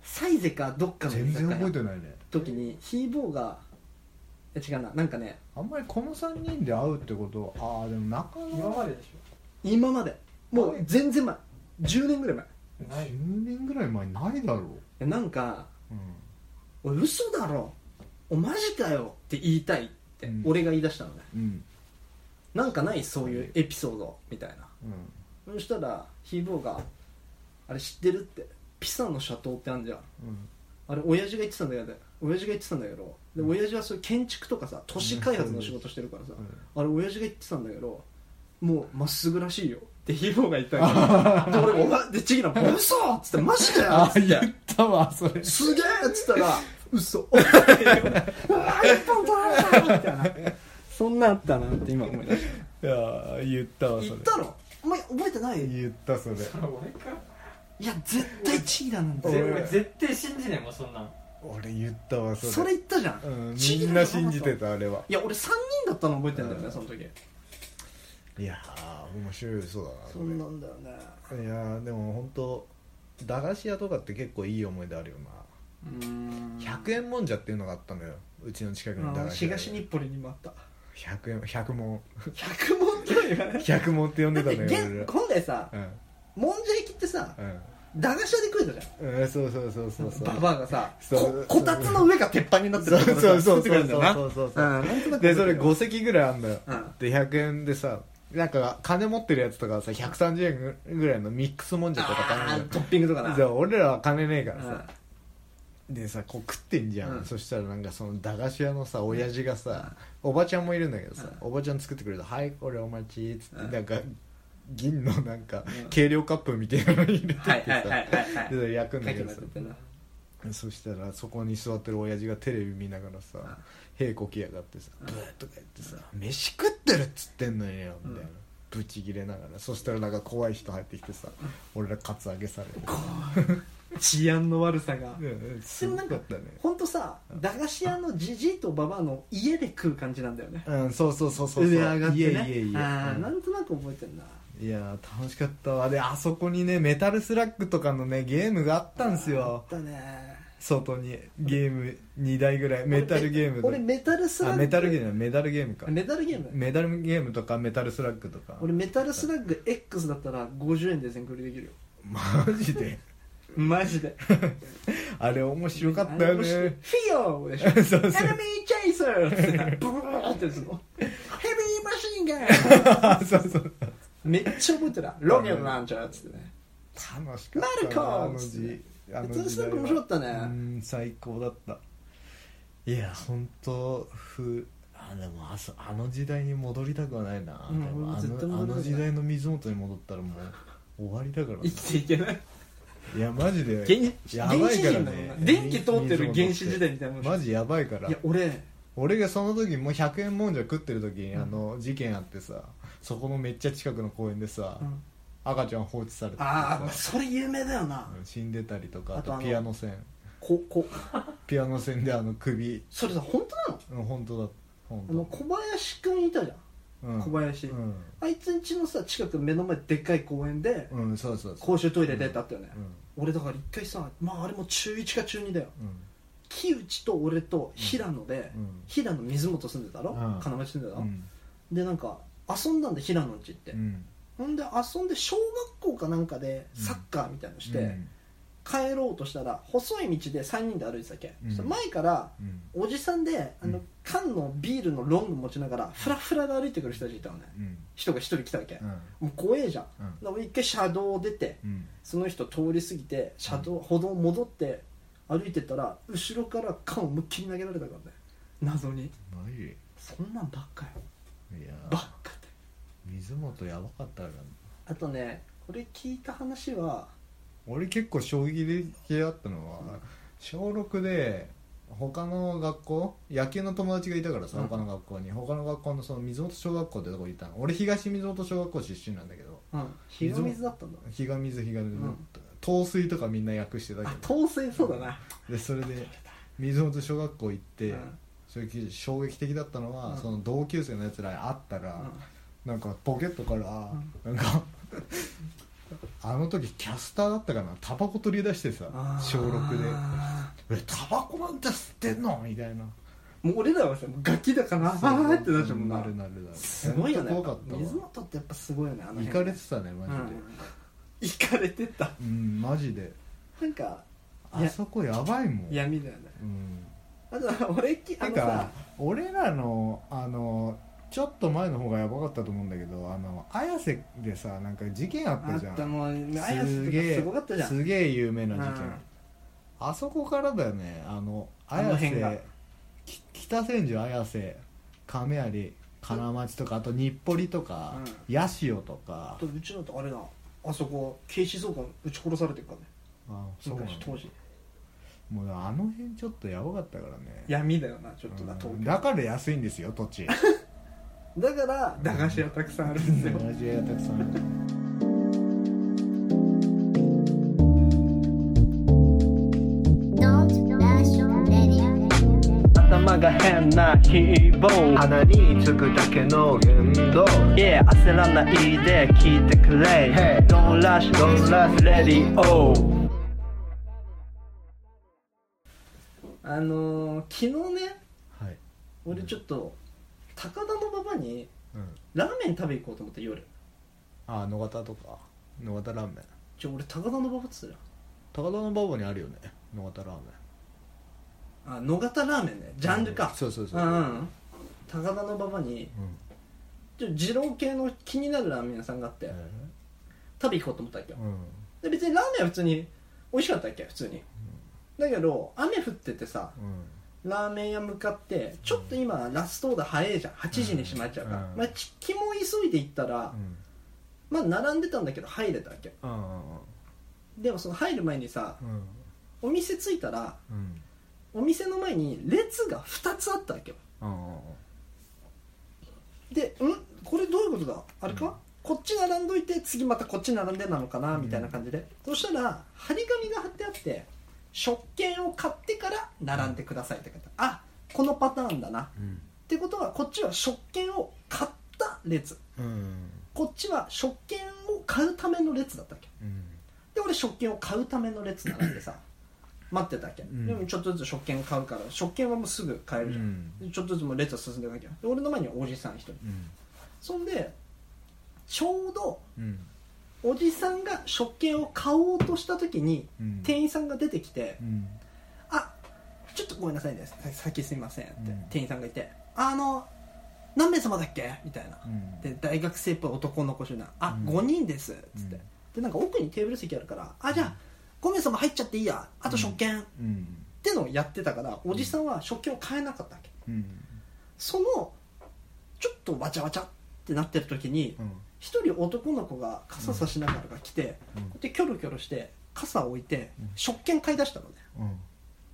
[SPEAKER 3] サイゼかどっかの
[SPEAKER 1] 全然覚え
[SPEAKER 3] の
[SPEAKER 1] てないね
[SPEAKER 3] 時にヒーボーがいや違うななんかね
[SPEAKER 1] あんまりこの3人で会うってことああでも中
[SPEAKER 5] ー今
[SPEAKER 1] 野
[SPEAKER 5] まででし
[SPEAKER 3] 今までもう全然前10年ぐらい前い
[SPEAKER 5] ょない
[SPEAKER 1] 10年ぐらい前ないだろう、
[SPEAKER 3] やなんか
[SPEAKER 1] うん、
[SPEAKER 3] 「おい嘘だろおマジかよ」って言いたいって
[SPEAKER 1] うん
[SPEAKER 3] 俺が言い出したのね、
[SPEAKER 1] うん
[SPEAKER 3] なんかないそういうエピソードみたいな
[SPEAKER 1] うん
[SPEAKER 3] そしたらヒーボーが「あれ知ってる?」ってピサの斜塔ってあるじゃん
[SPEAKER 1] うん
[SPEAKER 3] あれ親父が言ってたんだけど親父が言ってたんだけどで親父はそういう建築とかさ都市開発の仕事してるからさ、あれ親父が言ってたんだけどもうまっすぐらしいよってヒーボーが言ったん だけどで俺お前でチギラ「嘘!」っつって「マジだよ!」
[SPEAKER 1] あ
[SPEAKER 3] っつ
[SPEAKER 1] 言
[SPEAKER 3] っ
[SPEAKER 1] ってたわそれ
[SPEAKER 3] 「すげえ!」っつった ら「嘘うわ一本取られた!」みたいなそんなんあったなって今思い出した
[SPEAKER 1] いやー言ったわそれ
[SPEAKER 3] 言ったろお前覚えてないい
[SPEAKER 1] 言ったそれ
[SPEAKER 5] それ俺か
[SPEAKER 3] や絶対チーだなんだ
[SPEAKER 1] 俺
[SPEAKER 5] ぜ俺絶対信じねえもんそんなん
[SPEAKER 1] 俺言ったわそれ
[SPEAKER 3] それ言ったじゃん、
[SPEAKER 1] うん、
[SPEAKER 3] チ
[SPEAKER 1] み
[SPEAKER 3] ー
[SPEAKER 1] ん
[SPEAKER 3] だ
[SPEAKER 1] な
[SPEAKER 3] と思
[SPEAKER 1] 信
[SPEAKER 3] った
[SPEAKER 1] じてたあれはい
[SPEAKER 3] や俺3人だったの覚えてんだよね、その時
[SPEAKER 1] いやー面白いそうだな
[SPEAKER 3] そ
[SPEAKER 1] そ
[SPEAKER 3] んなんだよね
[SPEAKER 1] れいやーでも本当駄菓子屋とかって結構いい思い出あるよな
[SPEAKER 3] うん
[SPEAKER 1] 100円もんじゃっていうのがあったのようちの近くの駄菓子屋で
[SPEAKER 3] 東日暮里にもあった
[SPEAKER 1] 100円100もん
[SPEAKER 3] 100問とは言わない
[SPEAKER 1] 100もんって呼ん
[SPEAKER 3] だ
[SPEAKER 1] で
[SPEAKER 3] ったて
[SPEAKER 1] のよ俺
[SPEAKER 3] 現本来さ
[SPEAKER 1] ら
[SPEAKER 3] もんじゃ焼きってさ
[SPEAKER 1] うん
[SPEAKER 3] 駄菓子屋で食えたじ
[SPEAKER 1] うんうんそうそうそうそうそう
[SPEAKER 3] ゃんババアがさ
[SPEAKER 1] そう
[SPEAKER 3] ここたつの上が鉄板になってるところさ
[SPEAKER 1] そ
[SPEAKER 3] 作
[SPEAKER 1] うそうそう
[SPEAKER 3] ってくれるんだよな
[SPEAKER 1] そうそうそうそうん
[SPEAKER 3] なんとなく
[SPEAKER 1] でそれ5席ぐらいあんだよ
[SPEAKER 3] うん
[SPEAKER 1] で100円でさなんか金持ってるやつとかさ130円ぐらいのミックスもんじゃとか
[SPEAKER 3] あ
[SPEAKER 1] 頼
[SPEAKER 3] ー
[SPEAKER 1] んで
[SPEAKER 3] トッピングとかな
[SPEAKER 1] じゃあ俺らは金ねえから
[SPEAKER 3] うん
[SPEAKER 1] さでさこう食ってんじゃん、
[SPEAKER 3] うん
[SPEAKER 1] そしたらなんかその駄菓子屋のさ親父がさ、おばちゃんもいるんだけどさ、おばちゃん作ってくれた「はいこれお待ち」っつって、
[SPEAKER 3] うん
[SPEAKER 1] なんか銀のなんか、
[SPEAKER 3] うん
[SPEAKER 1] 計量カップみたいなのに入れてってさ、
[SPEAKER 3] はいはいはいはいはい
[SPEAKER 1] でそれ焼くん
[SPEAKER 3] 書
[SPEAKER 1] だ
[SPEAKER 3] い
[SPEAKER 1] けど
[SPEAKER 3] てもら
[SPEAKER 1] さ
[SPEAKER 3] ってな
[SPEAKER 1] そしたらそこに座ってる親父がテレビ見ながらさ
[SPEAKER 3] ん
[SPEAKER 1] 「屁こきやがってさブー」とか言ってさ「飯食ってるっつってんのよ」みたいな。ブチギレながらそしたらなんか怖い人入ってきてさ俺らカツアゲされる
[SPEAKER 3] 治安の悪さが
[SPEAKER 1] うんうんすごかったね
[SPEAKER 3] ほんとさ駄菓子屋のじじいとババアの家で食う感じなんだよね
[SPEAKER 1] うん、そうそうそうそうそう
[SPEAKER 3] 上上がってね
[SPEAKER 1] いえいえいえ
[SPEAKER 3] あー
[SPEAKER 1] うん
[SPEAKER 3] なんとなく覚えてるない
[SPEAKER 1] やー楽しかったわであそこにねメタルスラッグとかのねゲームがあったんすよ
[SPEAKER 3] だね
[SPEAKER 1] 外にゲーム2台ぐらいメタルゲーム
[SPEAKER 3] 俺メタルスラッ
[SPEAKER 1] あ
[SPEAKER 3] グ
[SPEAKER 1] メタルゲームじゃないメダルゲームか
[SPEAKER 3] メタルゲーム
[SPEAKER 1] メダルゲームとかメタルスラッグとか
[SPEAKER 3] 俺メタルスラッグ X だったら50円で全クリできるよ
[SPEAKER 1] マジ で
[SPEAKER 3] マジで
[SPEAKER 1] あれ面白かったよ
[SPEAKER 3] あれ
[SPEAKER 1] ね
[SPEAKER 3] フィヨーでしょ
[SPEAKER 1] そうそう
[SPEAKER 3] エネミーチェイサーってなブワーってやつ のヘビーマシンガン
[SPEAKER 1] そうそう
[SPEAKER 3] めっちゃ覚えてるわロケットランチャーっつってね
[SPEAKER 1] 楽しかったなあの字あ
[SPEAKER 3] メ
[SPEAKER 1] の
[SPEAKER 3] タル
[SPEAKER 1] 時
[SPEAKER 3] スラ
[SPEAKER 1] 代
[SPEAKER 3] ッグ面白か
[SPEAKER 1] は
[SPEAKER 3] った
[SPEAKER 1] う
[SPEAKER 3] ね
[SPEAKER 1] ん最高だったいや本当ふあでもあそあの時代に戻りたくはないな、
[SPEAKER 3] うん
[SPEAKER 1] でも
[SPEAKER 3] 俺も
[SPEAKER 1] あ
[SPEAKER 3] 絶対
[SPEAKER 1] のあ
[SPEAKER 3] 戻りたくない
[SPEAKER 1] の時代の水元に戻ったらもう終わりだからな
[SPEAKER 3] 生きていけない
[SPEAKER 1] いやマジで
[SPEAKER 3] 原
[SPEAKER 1] や
[SPEAKER 3] 原
[SPEAKER 1] ばい
[SPEAKER 3] 始
[SPEAKER 1] か
[SPEAKER 3] 人だ
[SPEAKER 1] ら
[SPEAKER 3] もん
[SPEAKER 1] ね
[SPEAKER 3] な電気通ってる原始時代みたいなもん
[SPEAKER 1] マジやばいから
[SPEAKER 3] いや俺
[SPEAKER 1] 俺がその時もう100円もんじゃ食ってる時にあの事件あってさそこのめっちゃ近くの公園でさ、
[SPEAKER 3] うん
[SPEAKER 1] 赤ちゃん放置されてて
[SPEAKER 3] ああ
[SPEAKER 1] さ
[SPEAKER 3] それ有名だよな
[SPEAKER 1] うん死んでたりとかあ
[SPEAKER 3] あと
[SPEAKER 1] と
[SPEAKER 3] あの
[SPEAKER 1] ピアノ線
[SPEAKER 3] ここ
[SPEAKER 1] ピアノ線であの首
[SPEAKER 3] それさ本当な
[SPEAKER 1] う
[SPEAKER 3] の
[SPEAKER 1] ん本当だ本
[SPEAKER 3] あの
[SPEAKER 1] 当
[SPEAKER 3] 小林くんいたじゃん
[SPEAKER 1] うん
[SPEAKER 3] 小林
[SPEAKER 1] うん
[SPEAKER 3] あいつんちのさ近く目の前でっかい公園で
[SPEAKER 1] うんそうそうそう
[SPEAKER 3] 公衆トイレでってあったよね
[SPEAKER 1] うん
[SPEAKER 3] 俺だから一回さまああれも中1か中2だよ
[SPEAKER 1] うん
[SPEAKER 3] 木内と俺と平野で
[SPEAKER 1] うん
[SPEAKER 3] 平野水元住んでたろ
[SPEAKER 1] うん
[SPEAKER 3] 金町住んでた
[SPEAKER 1] う
[SPEAKER 3] ろ
[SPEAKER 1] ん
[SPEAKER 3] でなんか遊んだんで平野んちって
[SPEAKER 1] うん
[SPEAKER 3] ほんで遊んで小学校かなんかで
[SPEAKER 1] うん
[SPEAKER 3] サッカーみたいのして、
[SPEAKER 1] うん
[SPEAKER 3] 帰ろうとしたら細い道で3人で歩いてたっけ、
[SPEAKER 1] うん
[SPEAKER 3] そしたら前から
[SPEAKER 1] うん
[SPEAKER 3] おじさんであの、
[SPEAKER 1] うん
[SPEAKER 3] 缶のビールのロング持ちながらフラフラで歩いてくる人たちいたのね
[SPEAKER 1] うん
[SPEAKER 3] 人が1人来たわけ、
[SPEAKER 1] うん
[SPEAKER 3] もう怖えじゃん、
[SPEAKER 1] うん
[SPEAKER 3] だから俺一回車道を出て
[SPEAKER 1] うん
[SPEAKER 3] その人通り過ぎて車道歩道戻って歩いてったら後ろから缶を思いっきり投げられたからね謎に
[SPEAKER 1] マジ
[SPEAKER 3] そんなんばっかよ
[SPEAKER 1] いや
[SPEAKER 3] ばっかで
[SPEAKER 1] 水元やばかったからな
[SPEAKER 3] あとねこれ聞いた話は
[SPEAKER 1] 俺結構衝撃的だったのは、小6で他の学校野球の友達がいたからさ、
[SPEAKER 3] うん
[SPEAKER 1] 他の学校に他の学校のその水元小学校ってとこにいたの俺東水元小学校出身なんだけど
[SPEAKER 3] うん冷や水だったんだ
[SPEAKER 1] 日が水日が水、
[SPEAKER 3] うん
[SPEAKER 1] 糖水とかみんな訳してたけ
[SPEAKER 3] あ
[SPEAKER 1] ど
[SPEAKER 3] 当選そうだな
[SPEAKER 1] でそれで水本小学校行って、
[SPEAKER 3] うん
[SPEAKER 1] それき衝撃的だったのは、
[SPEAKER 3] うん
[SPEAKER 1] その同級生のやつらに会ったら、なんかポケットから、なんかあの時キャスターだったかなタバコ取り出してさ
[SPEAKER 3] あー
[SPEAKER 1] 小6で「えタバコなんて吸ってんの?」みたいな
[SPEAKER 3] もう俺らはさもうガキだからあーってなっちゃうもん
[SPEAKER 1] な
[SPEAKER 3] な
[SPEAKER 1] るなるなる
[SPEAKER 3] すごいよね
[SPEAKER 1] ほんと怖かっ
[SPEAKER 3] 水
[SPEAKER 1] たわ
[SPEAKER 3] 元ってやっぱすごいよねあの
[SPEAKER 1] 行かれてたねマ
[SPEAKER 3] た
[SPEAKER 1] ジで
[SPEAKER 3] 行かれてた
[SPEAKER 1] うん、マジで
[SPEAKER 3] なんかい
[SPEAKER 1] あ
[SPEAKER 3] や
[SPEAKER 1] そこやばいもん
[SPEAKER 3] 闇だよね
[SPEAKER 1] うん
[SPEAKER 3] あと 俺きあ
[SPEAKER 1] て
[SPEAKER 3] のさ
[SPEAKER 1] か俺らのあのちょっと前の方がやばかったと思うんだけどあの綾瀬でさなんか事件あっ
[SPEAKER 3] あ
[SPEAKER 1] た
[SPEAKER 3] っ
[SPEAKER 1] じゃん
[SPEAKER 3] たもんあや
[SPEAKER 1] す
[SPEAKER 3] すと
[SPEAKER 1] げ
[SPEAKER 3] か
[SPEAKER 1] え
[SPEAKER 3] すごかったじゃん
[SPEAKER 1] すげえ有名な事件、
[SPEAKER 3] うん
[SPEAKER 1] あそこからだよねあの
[SPEAKER 3] あの
[SPEAKER 1] 綾
[SPEAKER 3] 辺が
[SPEAKER 1] 瀬き北千住綾瀬亀有金町とかあと日暮里とか、八潮と
[SPEAKER 3] あ
[SPEAKER 1] か
[SPEAKER 3] とうちのとあれだあそこ警視総監撃ち殺されてるからね
[SPEAKER 1] あそうなんだ
[SPEAKER 3] 昔当時
[SPEAKER 1] もうあの辺ちょっとやばかったからね
[SPEAKER 3] 闇だよなちょっとな
[SPEAKER 1] うん
[SPEAKER 3] 東京
[SPEAKER 1] だから安いんですよ土地
[SPEAKER 3] だから駄菓子屋たくさんあるんですよ
[SPEAKER 1] 同じがたくさんある
[SPEAKER 6] 頭が変な希望鼻につくだけの言動 Yeah 焦らないで聞いてくれ Hey Don't rush Don't rush Radio
[SPEAKER 3] あのー昨日ね
[SPEAKER 1] はい
[SPEAKER 3] 俺ちょっと高田の馬場に
[SPEAKER 1] うん
[SPEAKER 3] ラーメン食べ行こうと思って夜
[SPEAKER 1] あ野方とか野方ラーメン
[SPEAKER 3] ちょ俺高田の馬場っつった
[SPEAKER 1] 高田の馬場にあるよね野方ラーメン
[SPEAKER 3] らあ野方ラーメンねジャンルか
[SPEAKER 1] そうそう
[SPEAKER 3] う
[SPEAKER 1] そう、
[SPEAKER 3] んうん高田の馬場に
[SPEAKER 1] うん
[SPEAKER 3] ちょ二郎系の気になるラーメン屋さんがあって
[SPEAKER 1] え
[SPEAKER 3] 食べ行こうと思ったわけよ
[SPEAKER 1] ーうん
[SPEAKER 3] で別にラーメンは普通に美味しかったっけ普通に、だけど雨降っててさ
[SPEAKER 1] うん
[SPEAKER 3] ラーメン屋向かってちょっと今ラストオーダー早いじゃん8時に閉まっちゃうから、
[SPEAKER 1] うん
[SPEAKER 3] まあ、ち気も急いで行ったら
[SPEAKER 1] う、ん
[SPEAKER 3] まあ並んでたんだけど入れたわけ
[SPEAKER 1] うん
[SPEAKER 3] でもその入る前にさ
[SPEAKER 1] うんうん
[SPEAKER 3] お店着いたら
[SPEAKER 1] うん
[SPEAKER 3] お店の前に列が2つあったわけよ
[SPEAKER 1] うん
[SPEAKER 3] でんこれどういうことだあれか、
[SPEAKER 1] うん
[SPEAKER 3] こっち並んどいて次またこっち並んでなのかなみたいな感じで、そしたら張り紙が貼ってあって食券を買ってから並んでくださいって書いてあるあこのパターンだなっ
[SPEAKER 1] うん
[SPEAKER 3] てことはこっちは食券を買った列
[SPEAKER 1] うん
[SPEAKER 3] こっちは食券を買うための列だったわけ
[SPEAKER 1] うん
[SPEAKER 3] で俺食券を買うための列並んでさ待ってたわけ、
[SPEAKER 1] ん
[SPEAKER 3] でもちょっとずつ食券買うから食券はもうすぐ買えるじゃん、でちょっとずつもう列は進んでいくわけよで俺の前にはおじさん一人
[SPEAKER 1] うん
[SPEAKER 3] そんでちょうど
[SPEAKER 1] うん
[SPEAKER 3] おじさんが食券を買おうとした時に
[SPEAKER 1] うん
[SPEAKER 3] 店員さんが出てきて
[SPEAKER 1] うん
[SPEAKER 3] 「あちょっとごめんなさいねさ先すいません」って
[SPEAKER 1] うん
[SPEAKER 3] 店員さんがいて「あの何名様だっけ?」みたいな
[SPEAKER 1] うん
[SPEAKER 3] で大学生っぽい男の子集団「あ
[SPEAKER 1] うん
[SPEAKER 3] 5人です」っつ
[SPEAKER 1] う
[SPEAKER 3] って
[SPEAKER 1] ん
[SPEAKER 3] でなんか奥にテーブル席あるから「あじゃあ5名様入っちゃっていいやあと食券」っ
[SPEAKER 1] うん
[SPEAKER 3] てのをやってたからおじさんは食券を買えなかったわけ
[SPEAKER 1] うん
[SPEAKER 3] そのちょっとわちゃわちゃってなってる時に
[SPEAKER 1] うん
[SPEAKER 3] 一人男の子が傘さしながらが来て、
[SPEAKER 1] うん
[SPEAKER 3] でキョロキョロして傘を置いて、
[SPEAKER 1] うん
[SPEAKER 3] 食券買い出したのね
[SPEAKER 1] うん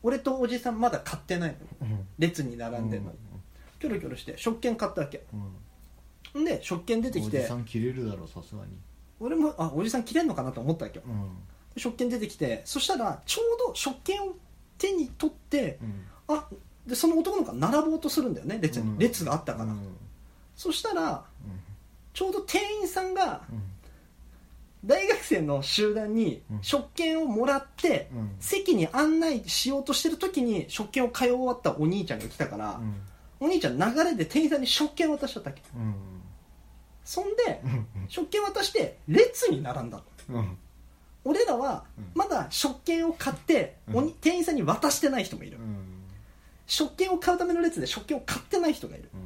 [SPEAKER 3] 俺とおじさんまだ買ってないの
[SPEAKER 1] うん
[SPEAKER 3] 列に並んでるのに、キョロキョロして食券買ったわけ
[SPEAKER 1] うん
[SPEAKER 3] んで食券出てき
[SPEAKER 1] おじ
[SPEAKER 3] て
[SPEAKER 1] さん切れるだろさすがに
[SPEAKER 3] 俺もあおじさん切れんのかなと思ったわけよ
[SPEAKER 1] うん
[SPEAKER 3] で食券出てきてそしたらちょうど食券を手に取って
[SPEAKER 1] うん
[SPEAKER 3] あでその男の子が並ぼうとするんだよね列に、
[SPEAKER 1] うん
[SPEAKER 3] 列があったから、
[SPEAKER 1] うん
[SPEAKER 3] そしたらちょうど店員さんが
[SPEAKER 1] う
[SPEAKER 3] 大学生の集団に
[SPEAKER 1] うん
[SPEAKER 3] 食券をもらって、
[SPEAKER 1] んうん
[SPEAKER 3] 席に案内しようとしてる時に食券を買い終わったお兄ちゃんが来たから
[SPEAKER 1] う、ん
[SPEAKER 3] お兄ちゃん流れで店員さんに食券渡しちゃったっけ
[SPEAKER 1] うん
[SPEAKER 3] そんで
[SPEAKER 1] うん
[SPEAKER 3] 食券渡して列に並んだの
[SPEAKER 1] うん
[SPEAKER 3] 俺らは
[SPEAKER 1] うん
[SPEAKER 3] まだ食券を買って、
[SPEAKER 1] うん
[SPEAKER 3] おに店員さんに渡してない人もいる、
[SPEAKER 1] うん
[SPEAKER 3] 食券を買うための列で食券を買ってない人がいる
[SPEAKER 1] うん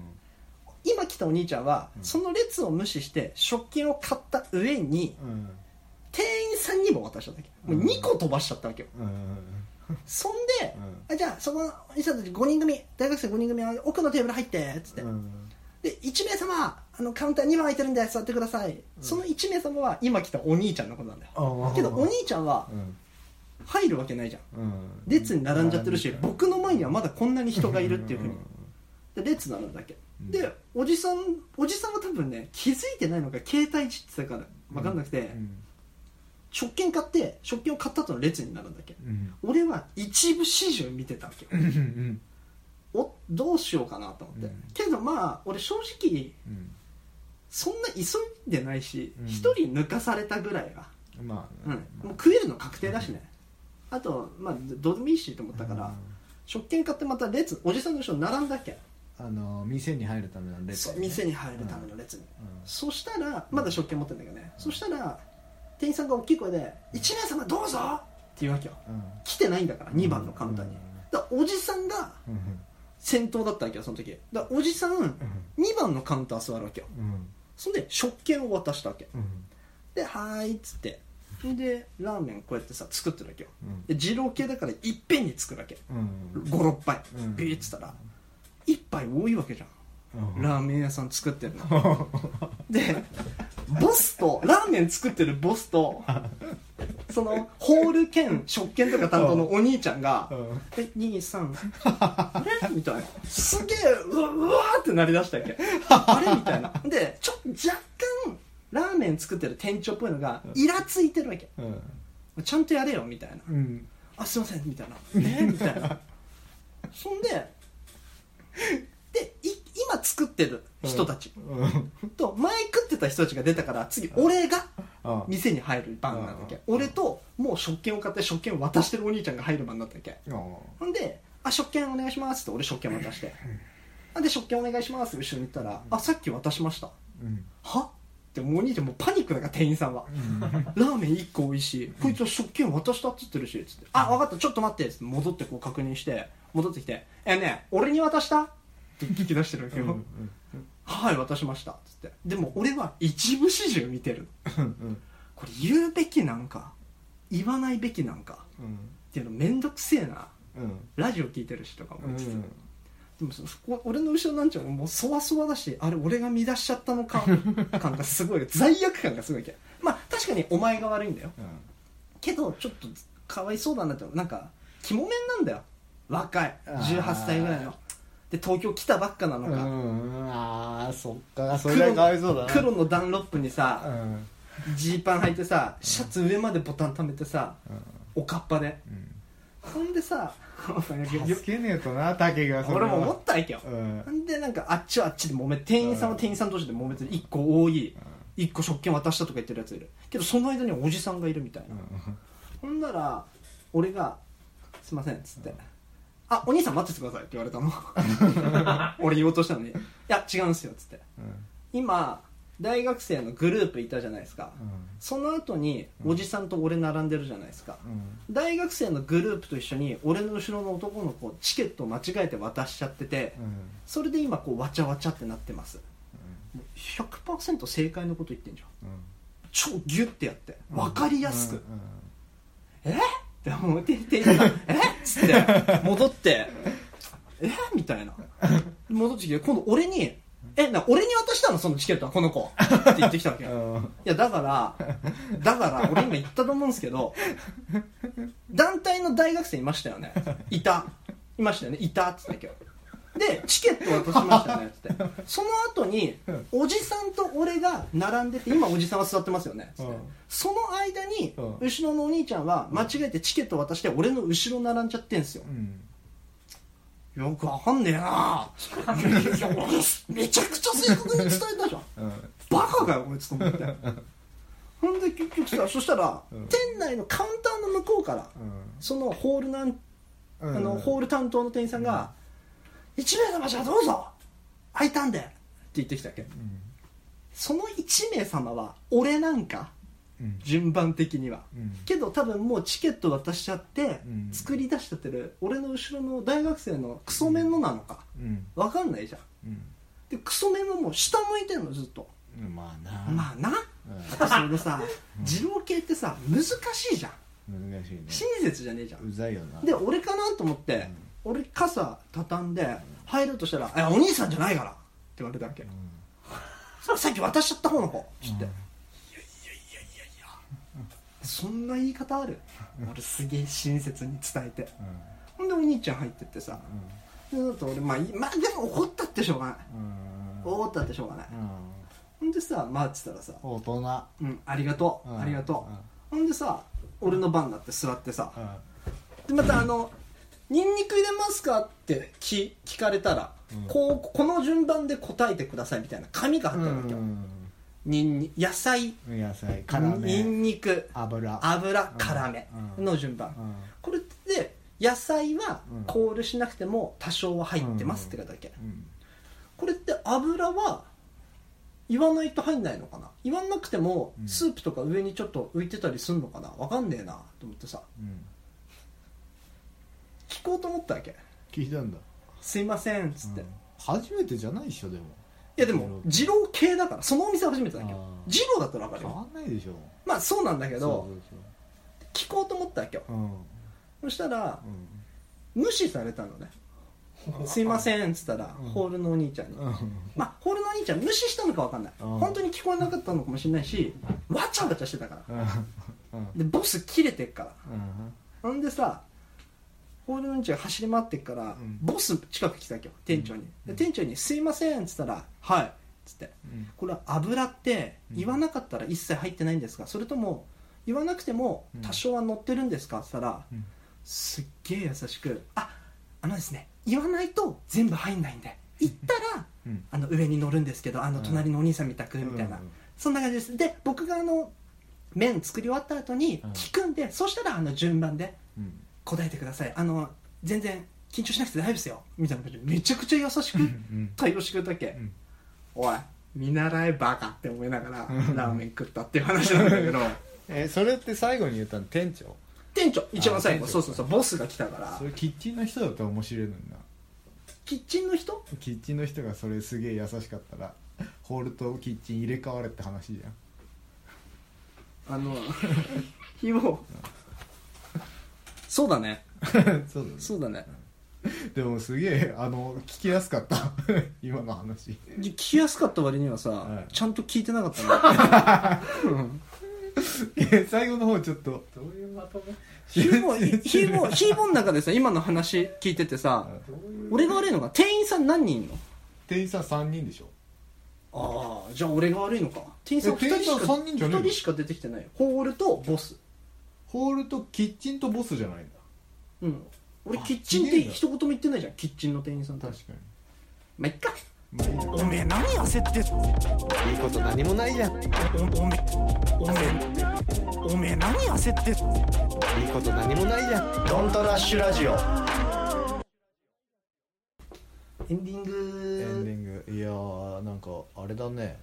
[SPEAKER 3] 今来たお兄ちゃんは、
[SPEAKER 1] うん
[SPEAKER 3] その列を無視して食券を買った上に
[SPEAKER 1] うん
[SPEAKER 3] 店員さんにも渡しちゃったっけもう2個飛ばしちゃったわけよ、
[SPEAKER 1] うん
[SPEAKER 3] そんで、
[SPEAKER 1] うん
[SPEAKER 3] あじゃあそのお兄さんたち5人組大学生5人組は奥のテーブル入ってっつって、
[SPEAKER 1] うん
[SPEAKER 3] で1名様あのカウンター2番空いてるんで座ってください、その1名様は今来たお兄ちゃんのことなんだよ
[SPEAKER 1] あ
[SPEAKER 3] けどお兄ちゃんは
[SPEAKER 1] うん
[SPEAKER 3] 入るわけないじゃん
[SPEAKER 1] うん
[SPEAKER 3] 列に並んじゃってるし
[SPEAKER 1] 並んで
[SPEAKER 3] 僕の前にはまだこんなに人がいるっていうふうに
[SPEAKER 1] ん
[SPEAKER 3] で列並んだだけ
[SPEAKER 1] うん
[SPEAKER 3] でおじさんおじさんは多分ね気づいてないのか携帯いじってたから分かんなくて、
[SPEAKER 1] うん
[SPEAKER 3] 食券買って食券を買った後の列に並んだっけ
[SPEAKER 1] うん
[SPEAKER 3] 俺は一部始終見てたわけ
[SPEAKER 1] うんうん
[SPEAKER 3] おどうしようかなと思って、
[SPEAKER 1] うん
[SPEAKER 3] けどまあ俺正直そんな急いでないし
[SPEAKER 1] うん
[SPEAKER 3] 一、人抜かされたぐらいは、
[SPEAKER 1] うんまあ
[SPEAKER 3] うん
[SPEAKER 1] ね
[SPEAKER 3] もう食えるの確定だしね、あとまあどうでもいいしと思ったから、食券買ってまた列おじさんの後ろに並んだっけ
[SPEAKER 1] あの店に入るためのレ
[SPEAKER 3] そう店に入るための列に、
[SPEAKER 1] うん
[SPEAKER 3] そしたらまだ食券持ってんだけどね、そしたら店員さんが大きい声で「一名様どうぞ!」って言うわけよ
[SPEAKER 1] うん
[SPEAKER 3] 来てないんだから2番のカウンターに、だからおじさんが
[SPEAKER 1] うん
[SPEAKER 3] 先頭だったわけよその時だからおじさん2番のカウンター座るわけよ
[SPEAKER 1] うん
[SPEAKER 3] そんで食券を渡したわけ
[SPEAKER 1] うん
[SPEAKER 3] で「はーい」っつってそれでラーメンこうやってさ作ってるわけよ
[SPEAKER 1] うん
[SPEAKER 3] で二郎系だからいっぺんに作るわけ
[SPEAKER 1] うん
[SPEAKER 3] 56杯
[SPEAKER 1] うん
[SPEAKER 3] ビーッつったら1杯多いわけじゃん
[SPEAKER 1] うん
[SPEAKER 3] ラーメン屋さん作ってるのでボスとラーメン作ってるボスとそのホール兼食券とか担当のお兄ちゃんが
[SPEAKER 1] うん
[SPEAKER 3] 「え兄さ んあれ?」みたいなすげえうわうわーってなりだしたっけあれみたいなでちょっと若干ラーメン作ってる店長っぽいのがイラついてるわけ
[SPEAKER 1] うん
[SPEAKER 3] ちゃんとやれよみたいな
[SPEAKER 1] うん
[SPEAKER 3] あすいませんみたい な「えみたいなそんででい今作ってる人たち
[SPEAKER 1] うん
[SPEAKER 3] と前食ってた人たちが出たから次俺が
[SPEAKER 1] あ
[SPEAKER 3] 店に入る番なんだっけ
[SPEAKER 1] うん
[SPEAKER 3] 俺ともう食券を買って食券を渡してるお兄ちゃんが入る番だったっけほんで「あ食券お願いします」って俺食券渡して「あで食券お願いします」後ろに行ったら「あさっき渡しました」
[SPEAKER 1] うん
[SPEAKER 3] はってもうお兄ちゃんもうパニックだから店員さんはラーメン1個美味しいこいつは食券渡したっつってるしっつって「あ分かったちょっと待って」っつって戻ってこう確認して戻ってきて「えねえ俺に渡した?」って聞き出してるわけよ、はい渡しました」っつってでも俺は一部始終見てるこれ言うべきなんか言わないべきなんかっていうのめんどくせえなラジオ聞いてるしとかも、でもそこ俺の後ろなんちゃうもうそわそわだしあれ俺が乱しちゃったの か感がすごい罪悪感がすごいけまあ確かにお前が悪いんだよけどちょっとかわいそうだなってなんか肝面なんだよ若い18歳ぐらいので東京来たばっかなのか、
[SPEAKER 1] ああそっかそれ
[SPEAKER 3] 黒
[SPEAKER 1] が
[SPEAKER 3] の
[SPEAKER 1] かわいそうだな
[SPEAKER 3] 黒のダンロップに
[SPEAKER 1] う
[SPEAKER 3] さ
[SPEAKER 1] ん
[SPEAKER 3] ジーパン履いてさシャツ上までボタン溜めてさおかっぱでほん でさ
[SPEAKER 1] 助けねえとな竹が
[SPEAKER 3] 俺も思ったわけよ
[SPEAKER 1] うん
[SPEAKER 3] なんでなんかあっちはあっちで揉め店員さんは店員さん同士で揉めてる1個多い1個食券渡したとか言ってるやついるけどその間におじさんがいるみたいなほんなら俺が「すいません」っつって「あお兄さん待っててください」って言われたの俺言おうとしたのに「いや違うんすよ」っつって今大学生のグループいたじゃないですかその後におじさんと俺並んでるじゃないですか大学生のグループと一緒に俺の後ろの男の子チケットを間違えて渡しちゃっててそれで今こうわちゃわちゃってなってますもう100%正解のこと言ってんじゃん超ギュッてやって分かりやすく、えって思って店員さん「えっ?」つって戻って「えみたいな戻ってきて今度俺に「えな俺に渡したのそのチケットはこの子」って言ってきたわけよいや だからだから俺今言ったと思うんですけど団体の大学生いましたよねいたいましたよねいたっつったっけでチケット渡しましたよねっつ ってその後におじさんと俺が並んでて今おじさんは座ってますよねっつって、
[SPEAKER 1] うん
[SPEAKER 3] その間に
[SPEAKER 1] うん
[SPEAKER 3] 後ろのお兄ちゃんは間違えてチケット渡して俺の後ろ並んじゃってんすよよくわかんねえないや俺 めちゃくちゃ正確に伝えたじゃんバカかよこいつと 思ってほんで結局さそしたら、
[SPEAKER 1] うん
[SPEAKER 3] 店内のカウンターの向こうからそのホールなん、あのホール担当の店員さんが「1名様じゃどうぞ空いたんで」って言ってきたっけその1名様は俺なんか順番的にはけど多分もうチケット渡しちゃって、
[SPEAKER 1] うん
[SPEAKER 3] 作り出しちゃってる俺の後ろの大学生のクソメンのなのかわかんないじゃんでクソメンはもう下向いてんのずっと
[SPEAKER 1] まあな
[SPEAKER 3] まあな私そのさ二郎系ってさ難しいじゃん
[SPEAKER 1] 難しいね
[SPEAKER 3] 親切じゃねえじゃん
[SPEAKER 1] うざいよな
[SPEAKER 3] で俺かなと思って、俺傘畳んで入ろうとしたら「えお兄さんじゃないから」って言われたわけ、さっき渡しちゃった方の子つって、いやいやいやいやいやそんな言い方ある俺すげえ親切に伝えてほんでお兄ちゃん入ってってさ、でだと俺まあ、いまあ、でも怒ったってしょうがない怒ったってしょうがないほんでさ回ってたらさ
[SPEAKER 1] 大人
[SPEAKER 3] 「うんありがとう、
[SPEAKER 1] うん
[SPEAKER 3] ありがとう」ほんでさ俺の番になって座ってさ、でまたあの「ニンニク入れますか?」って聞聞かれたら、
[SPEAKER 1] うん
[SPEAKER 3] こうこの順番で答えてくださいみたいな紙が貼ってあるわけよ、ニンニ野菜
[SPEAKER 1] 野菜辛
[SPEAKER 3] ニ
[SPEAKER 1] め
[SPEAKER 3] ンニク
[SPEAKER 1] 油
[SPEAKER 3] 油
[SPEAKER 1] ん
[SPEAKER 3] 辛め
[SPEAKER 1] うん
[SPEAKER 3] の順番、これで野菜は
[SPEAKER 1] うん
[SPEAKER 3] コールしなくても多少は入ってますって書いてあるわけ、
[SPEAKER 1] うん
[SPEAKER 3] これって油は言わないと入んないのかな言わなくても
[SPEAKER 1] うん
[SPEAKER 3] スープとか上にちょっと浮いてたりすんのかなわかんねえなと思ってさ
[SPEAKER 1] うん
[SPEAKER 3] 聞こうと思ったわけ
[SPEAKER 1] 聞いたんだ
[SPEAKER 3] 「すいません」っつって、
[SPEAKER 1] うん初めてじゃないっしょでも
[SPEAKER 3] いやでも二郎系だからそのお店は初めてだけど
[SPEAKER 1] あー
[SPEAKER 3] 二郎だったら分かる
[SPEAKER 1] 変
[SPEAKER 3] よ
[SPEAKER 1] わんないでしょ
[SPEAKER 3] まあそうなんだけど
[SPEAKER 1] そうそう
[SPEAKER 3] 聞こうと思ったわけよ
[SPEAKER 1] そううん
[SPEAKER 3] そしたら
[SPEAKER 1] うん
[SPEAKER 3] 無視されたのね「すいません」っつったら
[SPEAKER 1] うん
[SPEAKER 3] ホールのお兄ちゃんに
[SPEAKER 1] うん
[SPEAKER 3] まあホールのお兄ちゃん無視したのか分かんない
[SPEAKER 1] うん
[SPEAKER 3] 本当に聞こえなかったのかもしれないしわちゃわちゃしてたから
[SPEAKER 1] うんうん
[SPEAKER 3] でボス切れてっから
[SPEAKER 1] うん
[SPEAKER 3] ほんでさホールのうんちが走り回ってっから、
[SPEAKER 1] ん
[SPEAKER 3] ボス近く来たわけよ店長に、
[SPEAKER 1] うん
[SPEAKER 3] で店長に「すいません」っつったら「はい」っつって
[SPEAKER 1] うん
[SPEAKER 3] これは油って
[SPEAKER 1] うん
[SPEAKER 3] 言わなかったら一切入ってないんですか、それとも言わなくても
[SPEAKER 1] うん
[SPEAKER 3] 多少は乗ってるんですかって言ったら、
[SPEAKER 1] うん
[SPEAKER 3] すっげえ優しく「ああのですね言わないと全部入んないんで行ったら、
[SPEAKER 1] うん
[SPEAKER 3] あの上に乗るんですけどあ
[SPEAKER 1] う
[SPEAKER 3] の
[SPEAKER 1] ん
[SPEAKER 3] 隣のお兄さんみたく」みたいな、そんな感じですで僕があの麺作り終わった後に
[SPEAKER 1] うん
[SPEAKER 3] 聞くんで、そしたらあの順番で
[SPEAKER 1] うん
[SPEAKER 3] 答えてくださいあの全然緊張しなくて大丈夫ですよみたいな感じでめちゃくちゃ優しく
[SPEAKER 1] うん
[SPEAKER 3] 対応してくれたっけ、
[SPEAKER 1] ん
[SPEAKER 3] おい見習えバカって思いながらラーメン食ったっていう話なんだ けど
[SPEAKER 1] えそれって最後に言ったの店長
[SPEAKER 3] 店長一番最後
[SPEAKER 1] あ店長
[SPEAKER 3] そうそうそうボスが来たから
[SPEAKER 1] それキッチンの人だったら面白いのにな
[SPEAKER 3] キッチンの人
[SPEAKER 1] キッチンの人がそれすげえ優しかったらホールとキッチン入れ替われって話じゃん
[SPEAKER 3] あの日をそうだね
[SPEAKER 1] そうだね
[SPEAKER 3] そうだね
[SPEAKER 1] でもすげえあの聞きやすかった今の話
[SPEAKER 3] で聞きやすかった割にはさ、
[SPEAKER 1] はい
[SPEAKER 3] ちゃんと聞いてなかっ たね、うん
[SPEAKER 1] え最後の方ちょっと
[SPEAKER 5] どういうまとめ
[SPEAKER 3] ヒーボー、ヒーボー、ヒーボーの中でさ、今の話聞いててさ、
[SPEAKER 5] どういう
[SPEAKER 3] 俺が悪いのが、店員さん何人いんの
[SPEAKER 1] 店員さん3人でしょ
[SPEAKER 3] ああ、じゃあ俺が悪いのか。店員さん
[SPEAKER 1] え
[SPEAKER 3] 2人し
[SPEAKER 1] 店員
[SPEAKER 3] か
[SPEAKER 1] さん、三人じゃねえの
[SPEAKER 3] 二人しか出てきてないよ。ホールとボス。
[SPEAKER 1] ホールとキッチンとボスじゃないんだ
[SPEAKER 3] うん。俺、
[SPEAKER 1] あ
[SPEAKER 3] キッチンって一言も言ってないじゃん、キッチンの店員さんって。
[SPEAKER 1] 確かに
[SPEAKER 3] まあ、いっか。
[SPEAKER 1] まあいいや
[SPEAKER 4] おめえ何焦ってんの
[SPEAKER 6] いいこと何もないじゃんい
[SPEAKER 4] お
[SPEAKER 6] い
[SPEAKER 4] めえおめえおめえ何焦ってんの
[SPEAKER 6] こと何もないじゃん
[SPEAKER 4] ドントラッシュラジオ
[SPEAKER 3] エンディン
[SPEAKER 1] エンデ
[SPEAKER 3] グ
[SPEAKER 1] ィングいやーなんかあれだね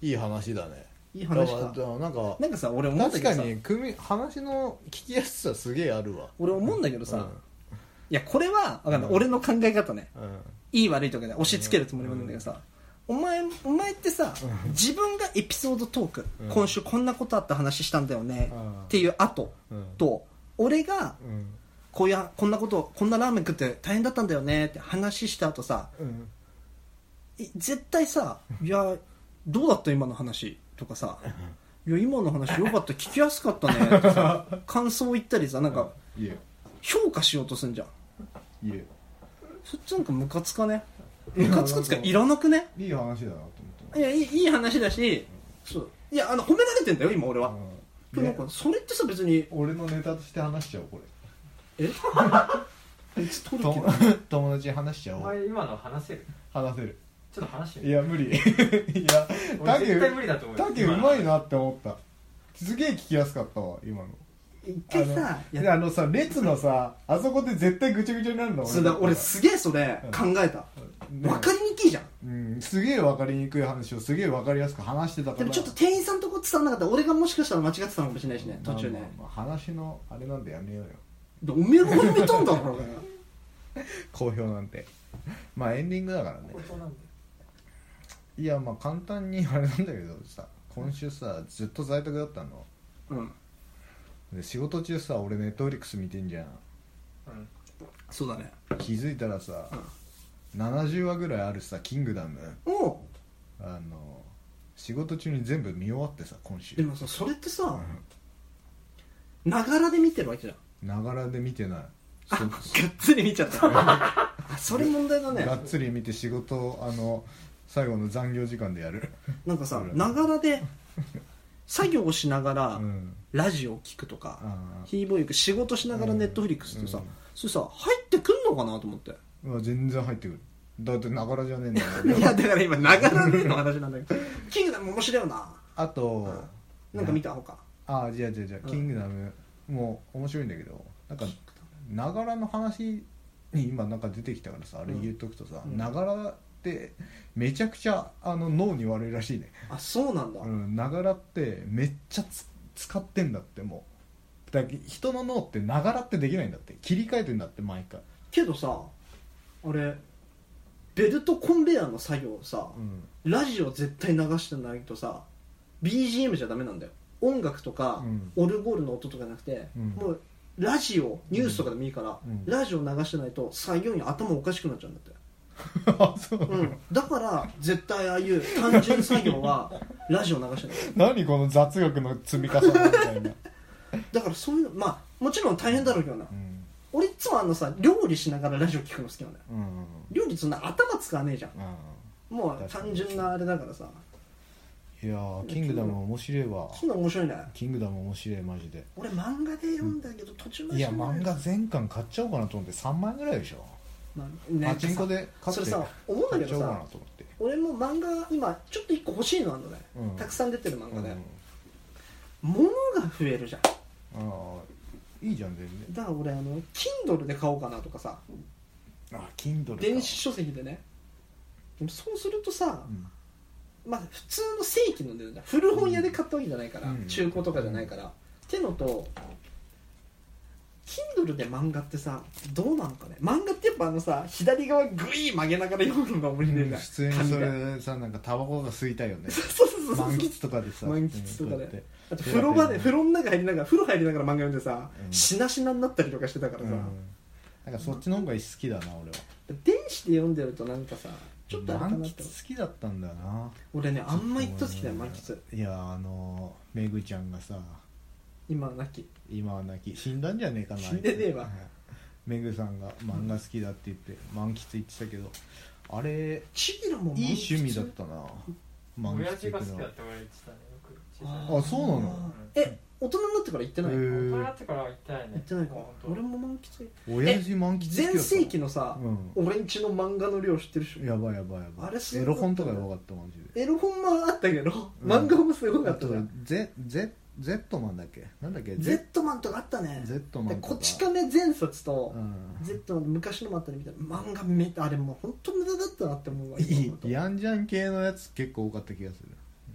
[SPEAKER 1] いい話だね
[SPEAKER 3] いい話
[SPEAKER 1] だ
[SPEAKER 3] か
[SPEAKER 1] か。らなんか
[SPEAKER 3] なんかさ、俺思うん
[SPEAKER 1] 確
[SPEAKER 3] だけど
[SPEAKER 1] か
[SPEAKER 3] さ、
[SPEAKER 1] に組話の聞きやすさすげえあるわ
[SPEAKER 3] 俺思うんだけどさ、いや、これは、わかんない。俺の考え方ね。
[SPEAKER 1] うん、うん
[SPEAKER 3] いい悪いとかで押し付けるつもりもないんだけどさ、お前お前ってさ、自分がエピソードトーク、
[SPEAKER 1] うん
[SPEAKER 3] 今週こんなことあった話したんだよね、
[SPEAKER 1] うん
[SPEAKER 3] っていう後
[SPEAKER 1] うん
[SPEAKER 3] と俺が
[SPEAKER 1] うん
[SPEAKER 3] こうやこんなことこんなラーメン食って大変だったんだよねって話した後さ
[SPEAKER 1] うん
[SPEAKER 3] い絶対さ「いやどうだった今の話」とかさ「いや今の話よかった聞きやすかった ね」ってさ感想言ったりさなんか
[SPEAKER 1] いえ
[SPEAKER 3] 評価しようとすんじゃん
[SPEAKER 1] いえ
[SPEAKER 3] そっちなんかムカつかねムカつくつかいらなくね
[SPEAKER 1] いい話だなと思って
[SPEAKER 3] いやいいいい話だし、そういやあの褒められてんだよ今俺は、
[SPEAKER 1] う
[SPEAKER 3] で
[SPEAKER 1] ん
[SPEAKER 3] も
[SPEAKER 1] ね
[SPEAKER 3] なんかそれってさ別に
[SPEAKER 1] 俺のネタとして話しちゃおうこれ
[SPEAKER 3] えあいつ取るけ
[SPEAKER 1] 友
[SPEAKER 3] ど
[SPEAKER 1] 友達に話しちゃ
[SPEAKER 5] お
[SPEAKER 1] おう
[SPEAKER 5] 前今の話せる
[SPEAKER 1] 話せる
[SPEAKER 5] ちょっと話して
[SPEAKER 1] い
[SPEAKER 5] み
[SPEAKER 1] や無 理いや
[SPEAKER 5] 俺絶対無理だと思うよ
[SPEAKER 1] タケうまいなって思ったすげえ聞きやすかったわ今の
[SPEAKER 3] 一回さ
[SPEAKER 1] あ
[SPEAKER 3] や
[SPEAKER 1] のあのさ列のさあそこで絶対ぐちゃぐちゃになるの
[SPEAKER 3] そうだ俺すげえそれ考えた、
[SPEAKER 1] ね
[SPEAKER 3] 分かりにくいじゃん
[SPEAKER 1] うん、すげえ分かりにくい話をすげえ分かりやすく話してたから
[SPEAKER 3] でもちょっと店員さんとこ伝わんなかったら俺がもしかしたら間違ってたのかもしれないしね途中ね、
[SPEAKER 1] まあまあまあ話のあれなんでやめようよ
[SPEAKER 3] でおめえが俺見たんだろうが
[SPEAKER 1] 好評なんてまあエンディングだからね
[SPEAKER 5] ことなんだよ
[SPEAKER 1] いやまあ簡単にあれなんだけどさ今週さずっと在宅だったの
[SPEAKER 3] うん
[SPEAKER 1] で仕事中さ俺ネットフリックス見てんじゃん
[SPEAKER 5] うん
[SPEAKER 3] そうだね
[SPEAKER 1] 気づいたらさ、70話ぐらいあるさ「キングダム
[SPEAKER 3] おう」
[SPEAKER 1] あの仕事中に全部見終わってさ今週
[SPEAKER 3] でもさそれってさながらで見てるわけじゃん
[SPEAKER 1] ながらで見てないそ
[SPEAKER 3] がっつり見ちゃった あそれ問題だね
[SPEAKER 1] がっつり見て仕事をあの最後の残業時間でやる
[SPEAKER 3] なんかさ
[SPEAKER 1] うん
[SPEAKER 3] ながらで作業をしながら、
[SPEAKER 1] うん
[SPEAKER 3] ラジオを聞くとか、
[SPEAKER 1] あ
[SPEAKER 3] ヒーボーイク仕事しながら
[SPEAKER 1] うん
[SPEAKER 3] ネットフリックスってさ、
[SPEAKER 1] うん
[SPEAKER 3] それさ入ってくんのかなと思って
[SPEAKER 1] ーうわ全然入ってくるだってながらじゃねえんだよ
[SPEAKER 3] いやだから今ながらでの話なんだけど「 キングダム」面白いよな
[SPEAKER 1] あと
[SPEAKER 3] なんか見たほか
[SPEAKER 1] あじゃあじゃあじゃあ「キングダム」も面白いんだけどなんかながらの話に今なんか出てきたからさあれ言っとくとさながらってめちゃくちゃあの脳に悪いらしいね
[SPEAKER 3] あそうなんだ、
[SPEAKER 1] うんながらってめっちゃつ使ってんだってもうだから人の脳ってながらってできないんだって切り替えてんだって毎回
[SPEAKER 3] けどさ俺ベルトコンベヤーの作業さ、
[SPEAKER 1] うん
[SPEAKER 3] ラジオ絶対流してないとさ BGM じゃダメなんだよ音楽とか、
[SPEAKER 1] うん
[SPEAKER 3] オルゴールの音とかじゃなくて、
[SPEAKER 1] うん
[SPEAKER 3] もうラジオニュースとかでもいいから、
[SPEAKER 1] うん
[SPEAKER 3] ラジオ流してないと作業員頭おかしくなっちゃうんだって
[SPEAKER 1] あ そう
[SPEAKER 3] うん、だから絶対ああいう単純作業はラジオ流してない
[SPEAKER 1] 何この雑学の積み重ねみたいな、
[SPEAKER 3] だからそういうのまあもちろん大変だろうけどな
[SPEAKER 1] うん
[SPEAKER 3] 俺いつもあのさ料理しながらラジオ聞くの好きなんだよ
[SPEAKER 1] うんうん
[SPEAKER 3] 料理そんな頭使わねえじゃん
[SPEAKER 1] う
[SPEAKER 3] もう
[SPEAKER 1] 確かに
[SPEAKER 3] 単純なあれだからさ
[SPEAKER 1] んいやーキングダム面白いわ
[SPEAKER 3] そんな面白いね
[SPEAKER 1] キングダム面白いマジで
[SPEAKER 3] 俺漫画で読んだけど途中まで
[SPEAKER 1] いや
[SPEAKER 3] 知らない
[SPEAKER 1] 漫画全巻買っちゃおうかなと思って3万円ぐらいでしょ
[SPEAKER 3] まあね
[SPEAKER 1] パチンコで買
[SPEAKER 3] そ
[SPEAKER 1] っ
[SPEAKER 3] れ
[SPEAKER 1] て
[SPEAKER 3] さ思うんだ
[SPEAKER 1] 買
[SPEAKER 3] け
[SPEAKER 1] っちゃお
[SPEAKER 3] ど
[SPEAKER 1] うかな
[SPEAKER 3] さ
[SPEAKER 1] と思って
[SPEAKER 3] 俺も漫画今ちょっと一個欲しいのあんのね、
[SPEAKER 1] うん
[SPEAKER 3] たくさん出てる漫
[SPEAKER 1] う
[SPEAKER 3] 画
[SPEAKER 1] ん
[SPEAKER 3] で、
[SPEAKER 1] あ
[SPEAKER 3] 物が増えるじゃん
[SPEAKER 1] あいいじゃん全然
[SPEAKER 3] だから俺あの Kindle で買おうかなとかさ
[SPEAKER 1] あ Kindle か
[SPEAKER 3] 電子書籍でねでもそうするとさ、
[SPEAKER 1] うん
[SPEAKER 3] まあ普通の正規の値段じゃん古本屋で買ったわけじゃないから、
[SPEAKER 1] うん
[SPEAKER 3] 中古とかじゃないから、ってのと Kindle で漫画ってさどうなのかね漫画ってやっぱあのさ左側グイー曲げながら読むのが面白いんだよ、
[SPEAKER 1] 普通にそれさなんかタバコが吸いたいよね
[SPEAKER 3] そうそうそうそう
[SPEAKER 1] 満喫とかでさ
[SPEAKER 3] 満喫と
[SPEAKER 1] う
[SPEAKER 3] かで
[SPEAKER 1] んこうやって
[SPEAKER 3] だって風呂場
[SPEAKER 1] う
[SPEAKER 3] で
[SPEAKER 1] ん
[SPEAKER 3] 風呂の中入りながら風呂入りながら漫画読んでさ、
[SPEAKER 1] うん
[SPEAKER 3] しなしなになったりとかしてたから
[SPEAKER 1] う
[SPEAKER 3] さ、
[SPEAKER 1] んなんかそっちの方が好きだな俺は
[SPEAKER 3] 電子で読んでるとなんかさちょっとあれかな
[SPEAKER 1] 満
[SPEAKER 3] っ
[SPEAKER 1] 喫
[SPEAKER 3] て思う
[SPEAKER 1] 好きだったんだよな
[SPEAKER 3] 俺ねあんま行った時だよ満喫
[SPEAKER 1] いやあのめぐちゃんがさ
[SPEAKER 3] 今はなき
[SPEAKER 1] 今は泣き死んだんじゃねえかな
[SPEAKER 3] 死んでねえわ
[SPEAKER 1] うんめぐさんが漫画好きだって言って満喫言ってたけどあれ
[SPEAKER 3] チビラも満喫
[SPEAKER 1] いい趣味だったな満
[SPEAKER 5] 親
[SPEAKER 1] 喫
[SPEAKER 5] 父
[SPEAKER 1] 行
[SPEAKER 5] が好
[SPEAKER 1] く
[SPEAKER 5] き
[SPEAKER 1] の
[SPEAKER 5] だ
[SPEAKER 1] は
[SPEAKER 5] って言われてたねよく小さい
[SPEAKER 1] あそうなの
[SPEAKER 3] え大人になってから行ってない、
[SPEAKER 1] へ
[SPEAKER 5] 大
[SPEAKER 1] ー
[SPEAKER 5] 人になってからは行ってないね
[SPEAKER 3] 行ってないか
[SPEAKER 5] 本当
[SPEAKER 3] 俺も満喫
[SPEAKER 1] 親父満喫好きだった
[SPEAKER 3] 全盛期のさ、
[SPEAKER 1] う
[SPEAKER 3] 俺んちの漫画の量知ってるでし
[SPEAKER 1] んやばいやばいやばい
[SPEAKER 3] あれす
[SPEAKER 1] エ
[SPEAKER 3] ご
[SPEAKER 1] ロ
[SPEAKER 3] かった
[SPEAKER 1] 本と
[SPEAKER 3] ね
[SPEAKER 1] かやばかったマジで
[SPEAKER 3] ょエロ本もあったけど
[SPEAKER 1] うん
[SPEAKER 3] 漫画もすごか
[SPEAKER 1] あ
[SPEAKER 3] った
[SPEAKER 1] と
[SPEAKER 3] じゃん、
[SPEAKER 1] ゼゼゼットマンだっけなんだっけ
[SPEAKER 3] ゼットマンとかあったね
[SPEAKER 1] ゼットマン
[SPEAKER 3] で
[SPEAKER 1] とか
[SPEAKER 3] こち亀前冊と、
[SPEAKER 1] うん
[SPEAKER 3] ゼットマンの昔のもあったねみたいな漫画めあれもう本当無駄だったなって思うわ今思うと
[SPEAKER 1] ヤンジャン系のやつ結構多かった気がする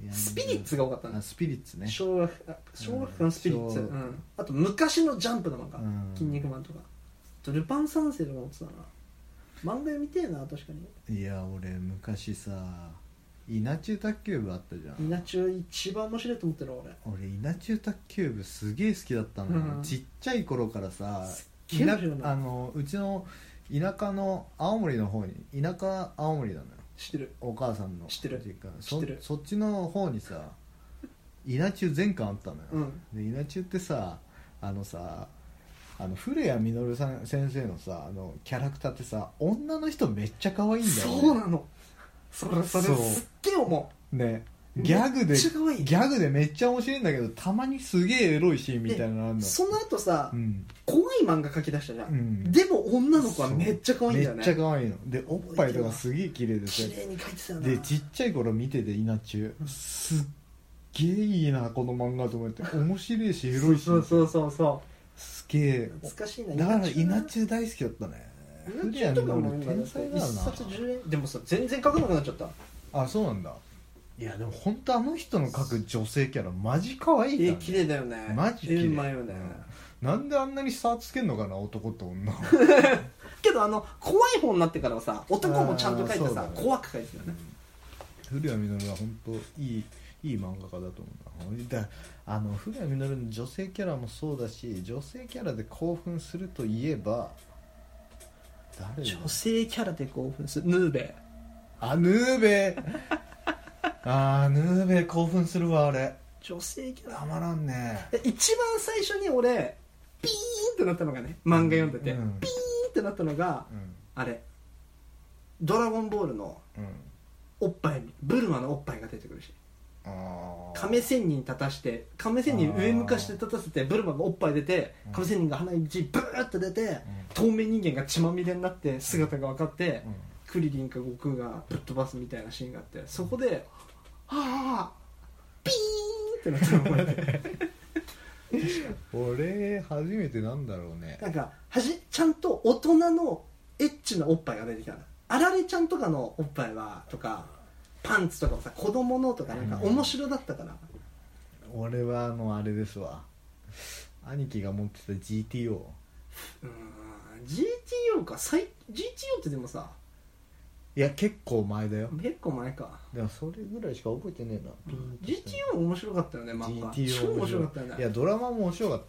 [SPEAKER 1] ヤンジャン
[SPEAKER 3] スピリッツが多かった
[SPEAKER 1] あ
[SPEAKER 3] ね
[SPEAKER 1] スピリッツね
[SPEAKER 3] 小学あ小学館のスピリッツ、
[SPEAKER 1] う
[SPEAKER 3] うんんあと昔のジャンプの漫画
[SPEAKER 1] うん
[SPEAKER 3] 「筋肉マン」とかあと「ルパン三世」とか持ってたな漫画読みてえな確かに
[SPEAKER 1] いや俺昔さ稲中卓球部あったじゃん
[SPEAKER 3] 稲中一番面白いと思ってるわ俺
[SPEAKER 1] 俺稲中卓球部すげえ好きだったのよ、
[SPEAKER 3] うん
[SPEAKER 1] ちっちゃい頃からさ
[SPEAKER 3] げえ面白いな
[SPEAKER 1] 田あのうちの田舎の青森の方に田舎青森なのよ
[SPEAKER 3] 知ってる
[SPEAKER 1] お母さんの
[SPEAKER 3] 知ってる
[SPEAKER 1] 実家
[SPEAKER 3] 知ってる
[SPEAKER 1] そそっちの方にさ稲中全巻あったのよ、
[SPEAKER 3] うん
[SPEAKER 1] で稲中ってさあのさあの古谷実さん先生のさあのキャラクターってさ女の人めっちゃ可愛いんだよね
[SPEAKER 3] そうなのそれそれ
[SPEAKER 1] そう
[SPEAKER 3] すっげえ思
[SPEAKER 1] ねギャグで
[SPEAKER 3] めっちゃ可愛い
[SPEAKER 1] ギャグでめっちゃ面白いんだけどたまにすげえエロいシーンみたいなのあん
[SPEAKER 3] う
[SPEAKER 1] の
[SPEAKER 3] その後さ、
[SPEAKER 1] うん
[SPEAKER 3] 怖い漫画描き出したじゃん、
[SPEAKER 1] うん
[SPEAKER 3] でも女の子はめっちゃ可愛いんだよ
[SPEAKER 1] め
[SPEAKER 3] ね
[SPEAKER 1] っちゃ可愛いのでおっぱいとかすげえ綺麗でさ
[SPEAKER 3] 綺麗に描いてたよな
[SPEAKER 1] でちっちゃい頃見てて稲中すっげえいいなこの漫画と思って面白いしエロいし
[SPEAKER 3] そうそうそうそ
[SPEAKER 1] すげえ
[SPEAKER 3] う懐かしいな
[SPEAKER 1] だから
[SPEAKER 3] 稲
[SPEAKER 1] 稲
[SPEAKER 3] 中
[SPEAKER 1] 中大好きだったね
[SPEAKER 3] なん
[SPEAKER 1] 古谷
[SPEAKER 3] とかも
[SPEAKER 1] 実天才だよ
[SPEAKER 3] 一
[SPEAKER 1] な
[SPEAKER 3] 冊10円でもさ全然書かなくなっちゃった
[SPEAKER 1] あそうなんだいやでも本当あの人の描く女性キャラマジ可愛いから
[SPEAKER 3] え
[SPEAKER 1] ね
[SPEAKER 3] 綺麗だよね
[SPEAKER 1] マジ綺麗
[SPEAKER 3] うまいよね、
[SPEAKER 1] うんなんであんなに差つけんのかな男と女
[SPEAKER 3] けどあの怖い方になってからはさ男もちゃんと書い
[SPEAKER 1] あー
[SPEAKER 3] て
[SPEAKER 1] そう
[SPEAKER 3] さ、
[SPEAKER 1] だね
[SPEAKER 3] 怖く書いてたよね
[SPEAKER 1] 古谷実は本当いいいい漫画家だと思うなだあの古谷実の女性キャラもそうだし女性キャラで興奮するといえば誰だ
[SPEAKER 3] 女性キャラで興奮するヌーベ
[SPEAKER 1] あヌーベあーヌーベ興奮するわあれ
[SPEAKER 3] 女性キャラ
[SPEAKER 1] たまらんね
[SPEAKER 3] で一番最初に俺ピーンってなったのがね漫画読んでて、
[SPEAKER 1] う
[SPEAKER 3] ピーン
[SPEAKER 1] ん
[SPEAKER 3] ってなったのが
[SPEAKER 1] うん
[SPEAKER 3] あれ「ドラゴンボール」の
[SPEAKER 1] うん
[SPEAKER 3] おっぱいブルマのおっぱいが出てくるし
[SPEAKER 1] あー
[SPEAKER 3] 亀仙人立たして亀仙人上向かして立たせてブルマがおっぱい出て
[SPEAKER 1] うん
[SPEAKER 3] 亀仙人が鼻血ブーって出て透明人間が血まみれになって姿が分かって
[SPEAKER 1] うんうん
[SPEAKER 3] クリリンか悟空がぶっ飛ばすみたいなシーンがあってそこで「はあピーン!」ってなったの覚えてる
[SPEAKER 1] 俺初めてなんだろうね
[SPEAKER 3] なんかはじちゃんと大人のエッチなおっぱいが出てきたのあられちゃんとかのおっぱいはとかパンツとかもさ子供のとかなんか面白だったから
[SPEAKER 1] 俺はあのあれですわ兄貴が持ってた GTO
[SPEAKER 3] うーん GTO か最 GTO ってでもさ
[SPEAKER 1] いや結構前だよ
[SPEAKER 3] 結構前か
[SPEAKER 1] でもそれぐらいしか覚えてねえな
[SPEAKER 3] GTO 面白かったよね漫画
[SPEAKER 1] GTO
[SPEAKER 3] 超面白かったよ
[SPEAKER 1] いや
[SPEAKER 3] ね
[SPEAKER 1] ドラマも面白かっ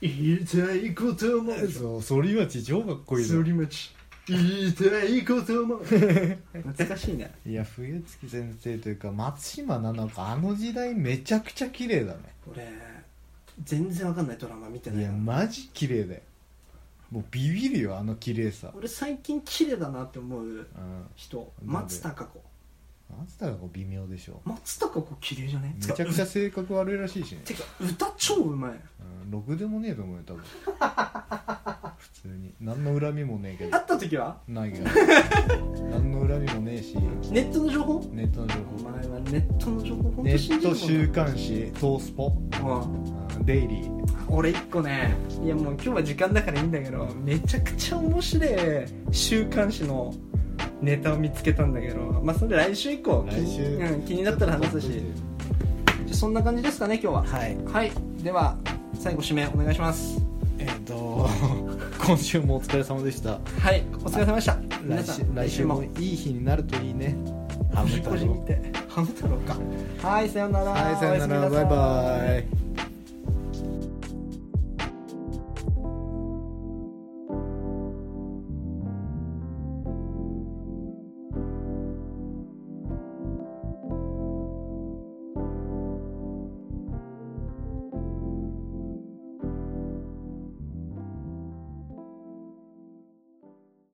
[SPEAKER 3] 言いたいことも
[SPEAKER 1] たそう反町超かっこ
[SPEAKER 3] こ
[SPEAKER 1] いいの
[SPEAKER 3] り待ち言いたいこ とも懐かしいね
[SPEAKER 1] いや冬月先生というか松島七菜子あの時代めちゃくちゃ綺麗だね
[SPEAKER 3] 俺全然わかんないドラマ見てないい
[SPEAKER 1] や
[SPEAKER 3] よ
[SPEAKER 1] マジ綺麗だよもうビビるよあの綺麗さ
[SPEAKER 3] 俺最近綺麗だなって思う
[SPEAKER 1] うん
[SPEAKER 3] 人
[SPEAKER 1] なんで
[SPEAKER 3] 松たか子
[SPEAKER 1] 松たか子微妙でしょ
[SPEAKER 3] 松たか子綺麗じゃね
[SPEAKER 1] めちゃくちゃ性格悪いらしいしね
[SPEAKER 3] てか歌超うまい
[SPEAKER 1] うんろくでもねえと思うよ多分普通に何の恨みもねえけど
[SPEAKER 3] 会った時は
[SPEAKER 1] ないけ ど何の恨みもねえし
[SPEAKER 3] ネットの情報
[SPEAKER 1] ネットの情
[SPEAKER 3] お
[SPEAKER 1] 報
[SPEAKER 3] 前はネットの情報ほん
[SPEAKER 1] ネ
[SPEAKER 3] と
[SPEAKER 1] ッ
[SPEAKER 3] 信じ
[SPEAKER 1] ト
[SPEAKER 3] る
[SPEAKER 1] 週刊誌トースポ
[SPEAKER 3] もんなうん
[SPEAKER 1] うんデイリー
[SPEAKER 3] 俺一個ねいやもう今日は時間だからいいんだけどめちゃくちゃ面白い週刊誌のネタを見つけたんだけどまあそれ来週以降
[SPEAKER 1] 来週
[SPEAKER 3] うん、気になったら話すしじゃあそんな感じですかね今日は
[SPEAKER 1] はい
[SPEAKER 3] はいでは最後締めお願いします
[SPEAKER 1] えっ、と 今週もお疲れ様でした
[SPEAKER 3] はいお疲れ様でした皆
[SPEAKER 1] 来
[SPEAKER 3] さ
[SPEAKER 1] 週
[SPEAKER 3] ん
[SPEAKER 1] 来週もいい日になるといいねハム太郎
[SPEAKER 3] 見てハム太郎かはいさようなら
[SPEAKER 1] はいさよな
[SPEAKER 3] お
[SPEAKER 1] ら
[SPEAKER 3] やすみな
[SPEAKER 1] バ
[SPEAKER 3] さ
[SPEAKER 1] イ
[SPEAKER 3] い
[SPEAKER 1] バイ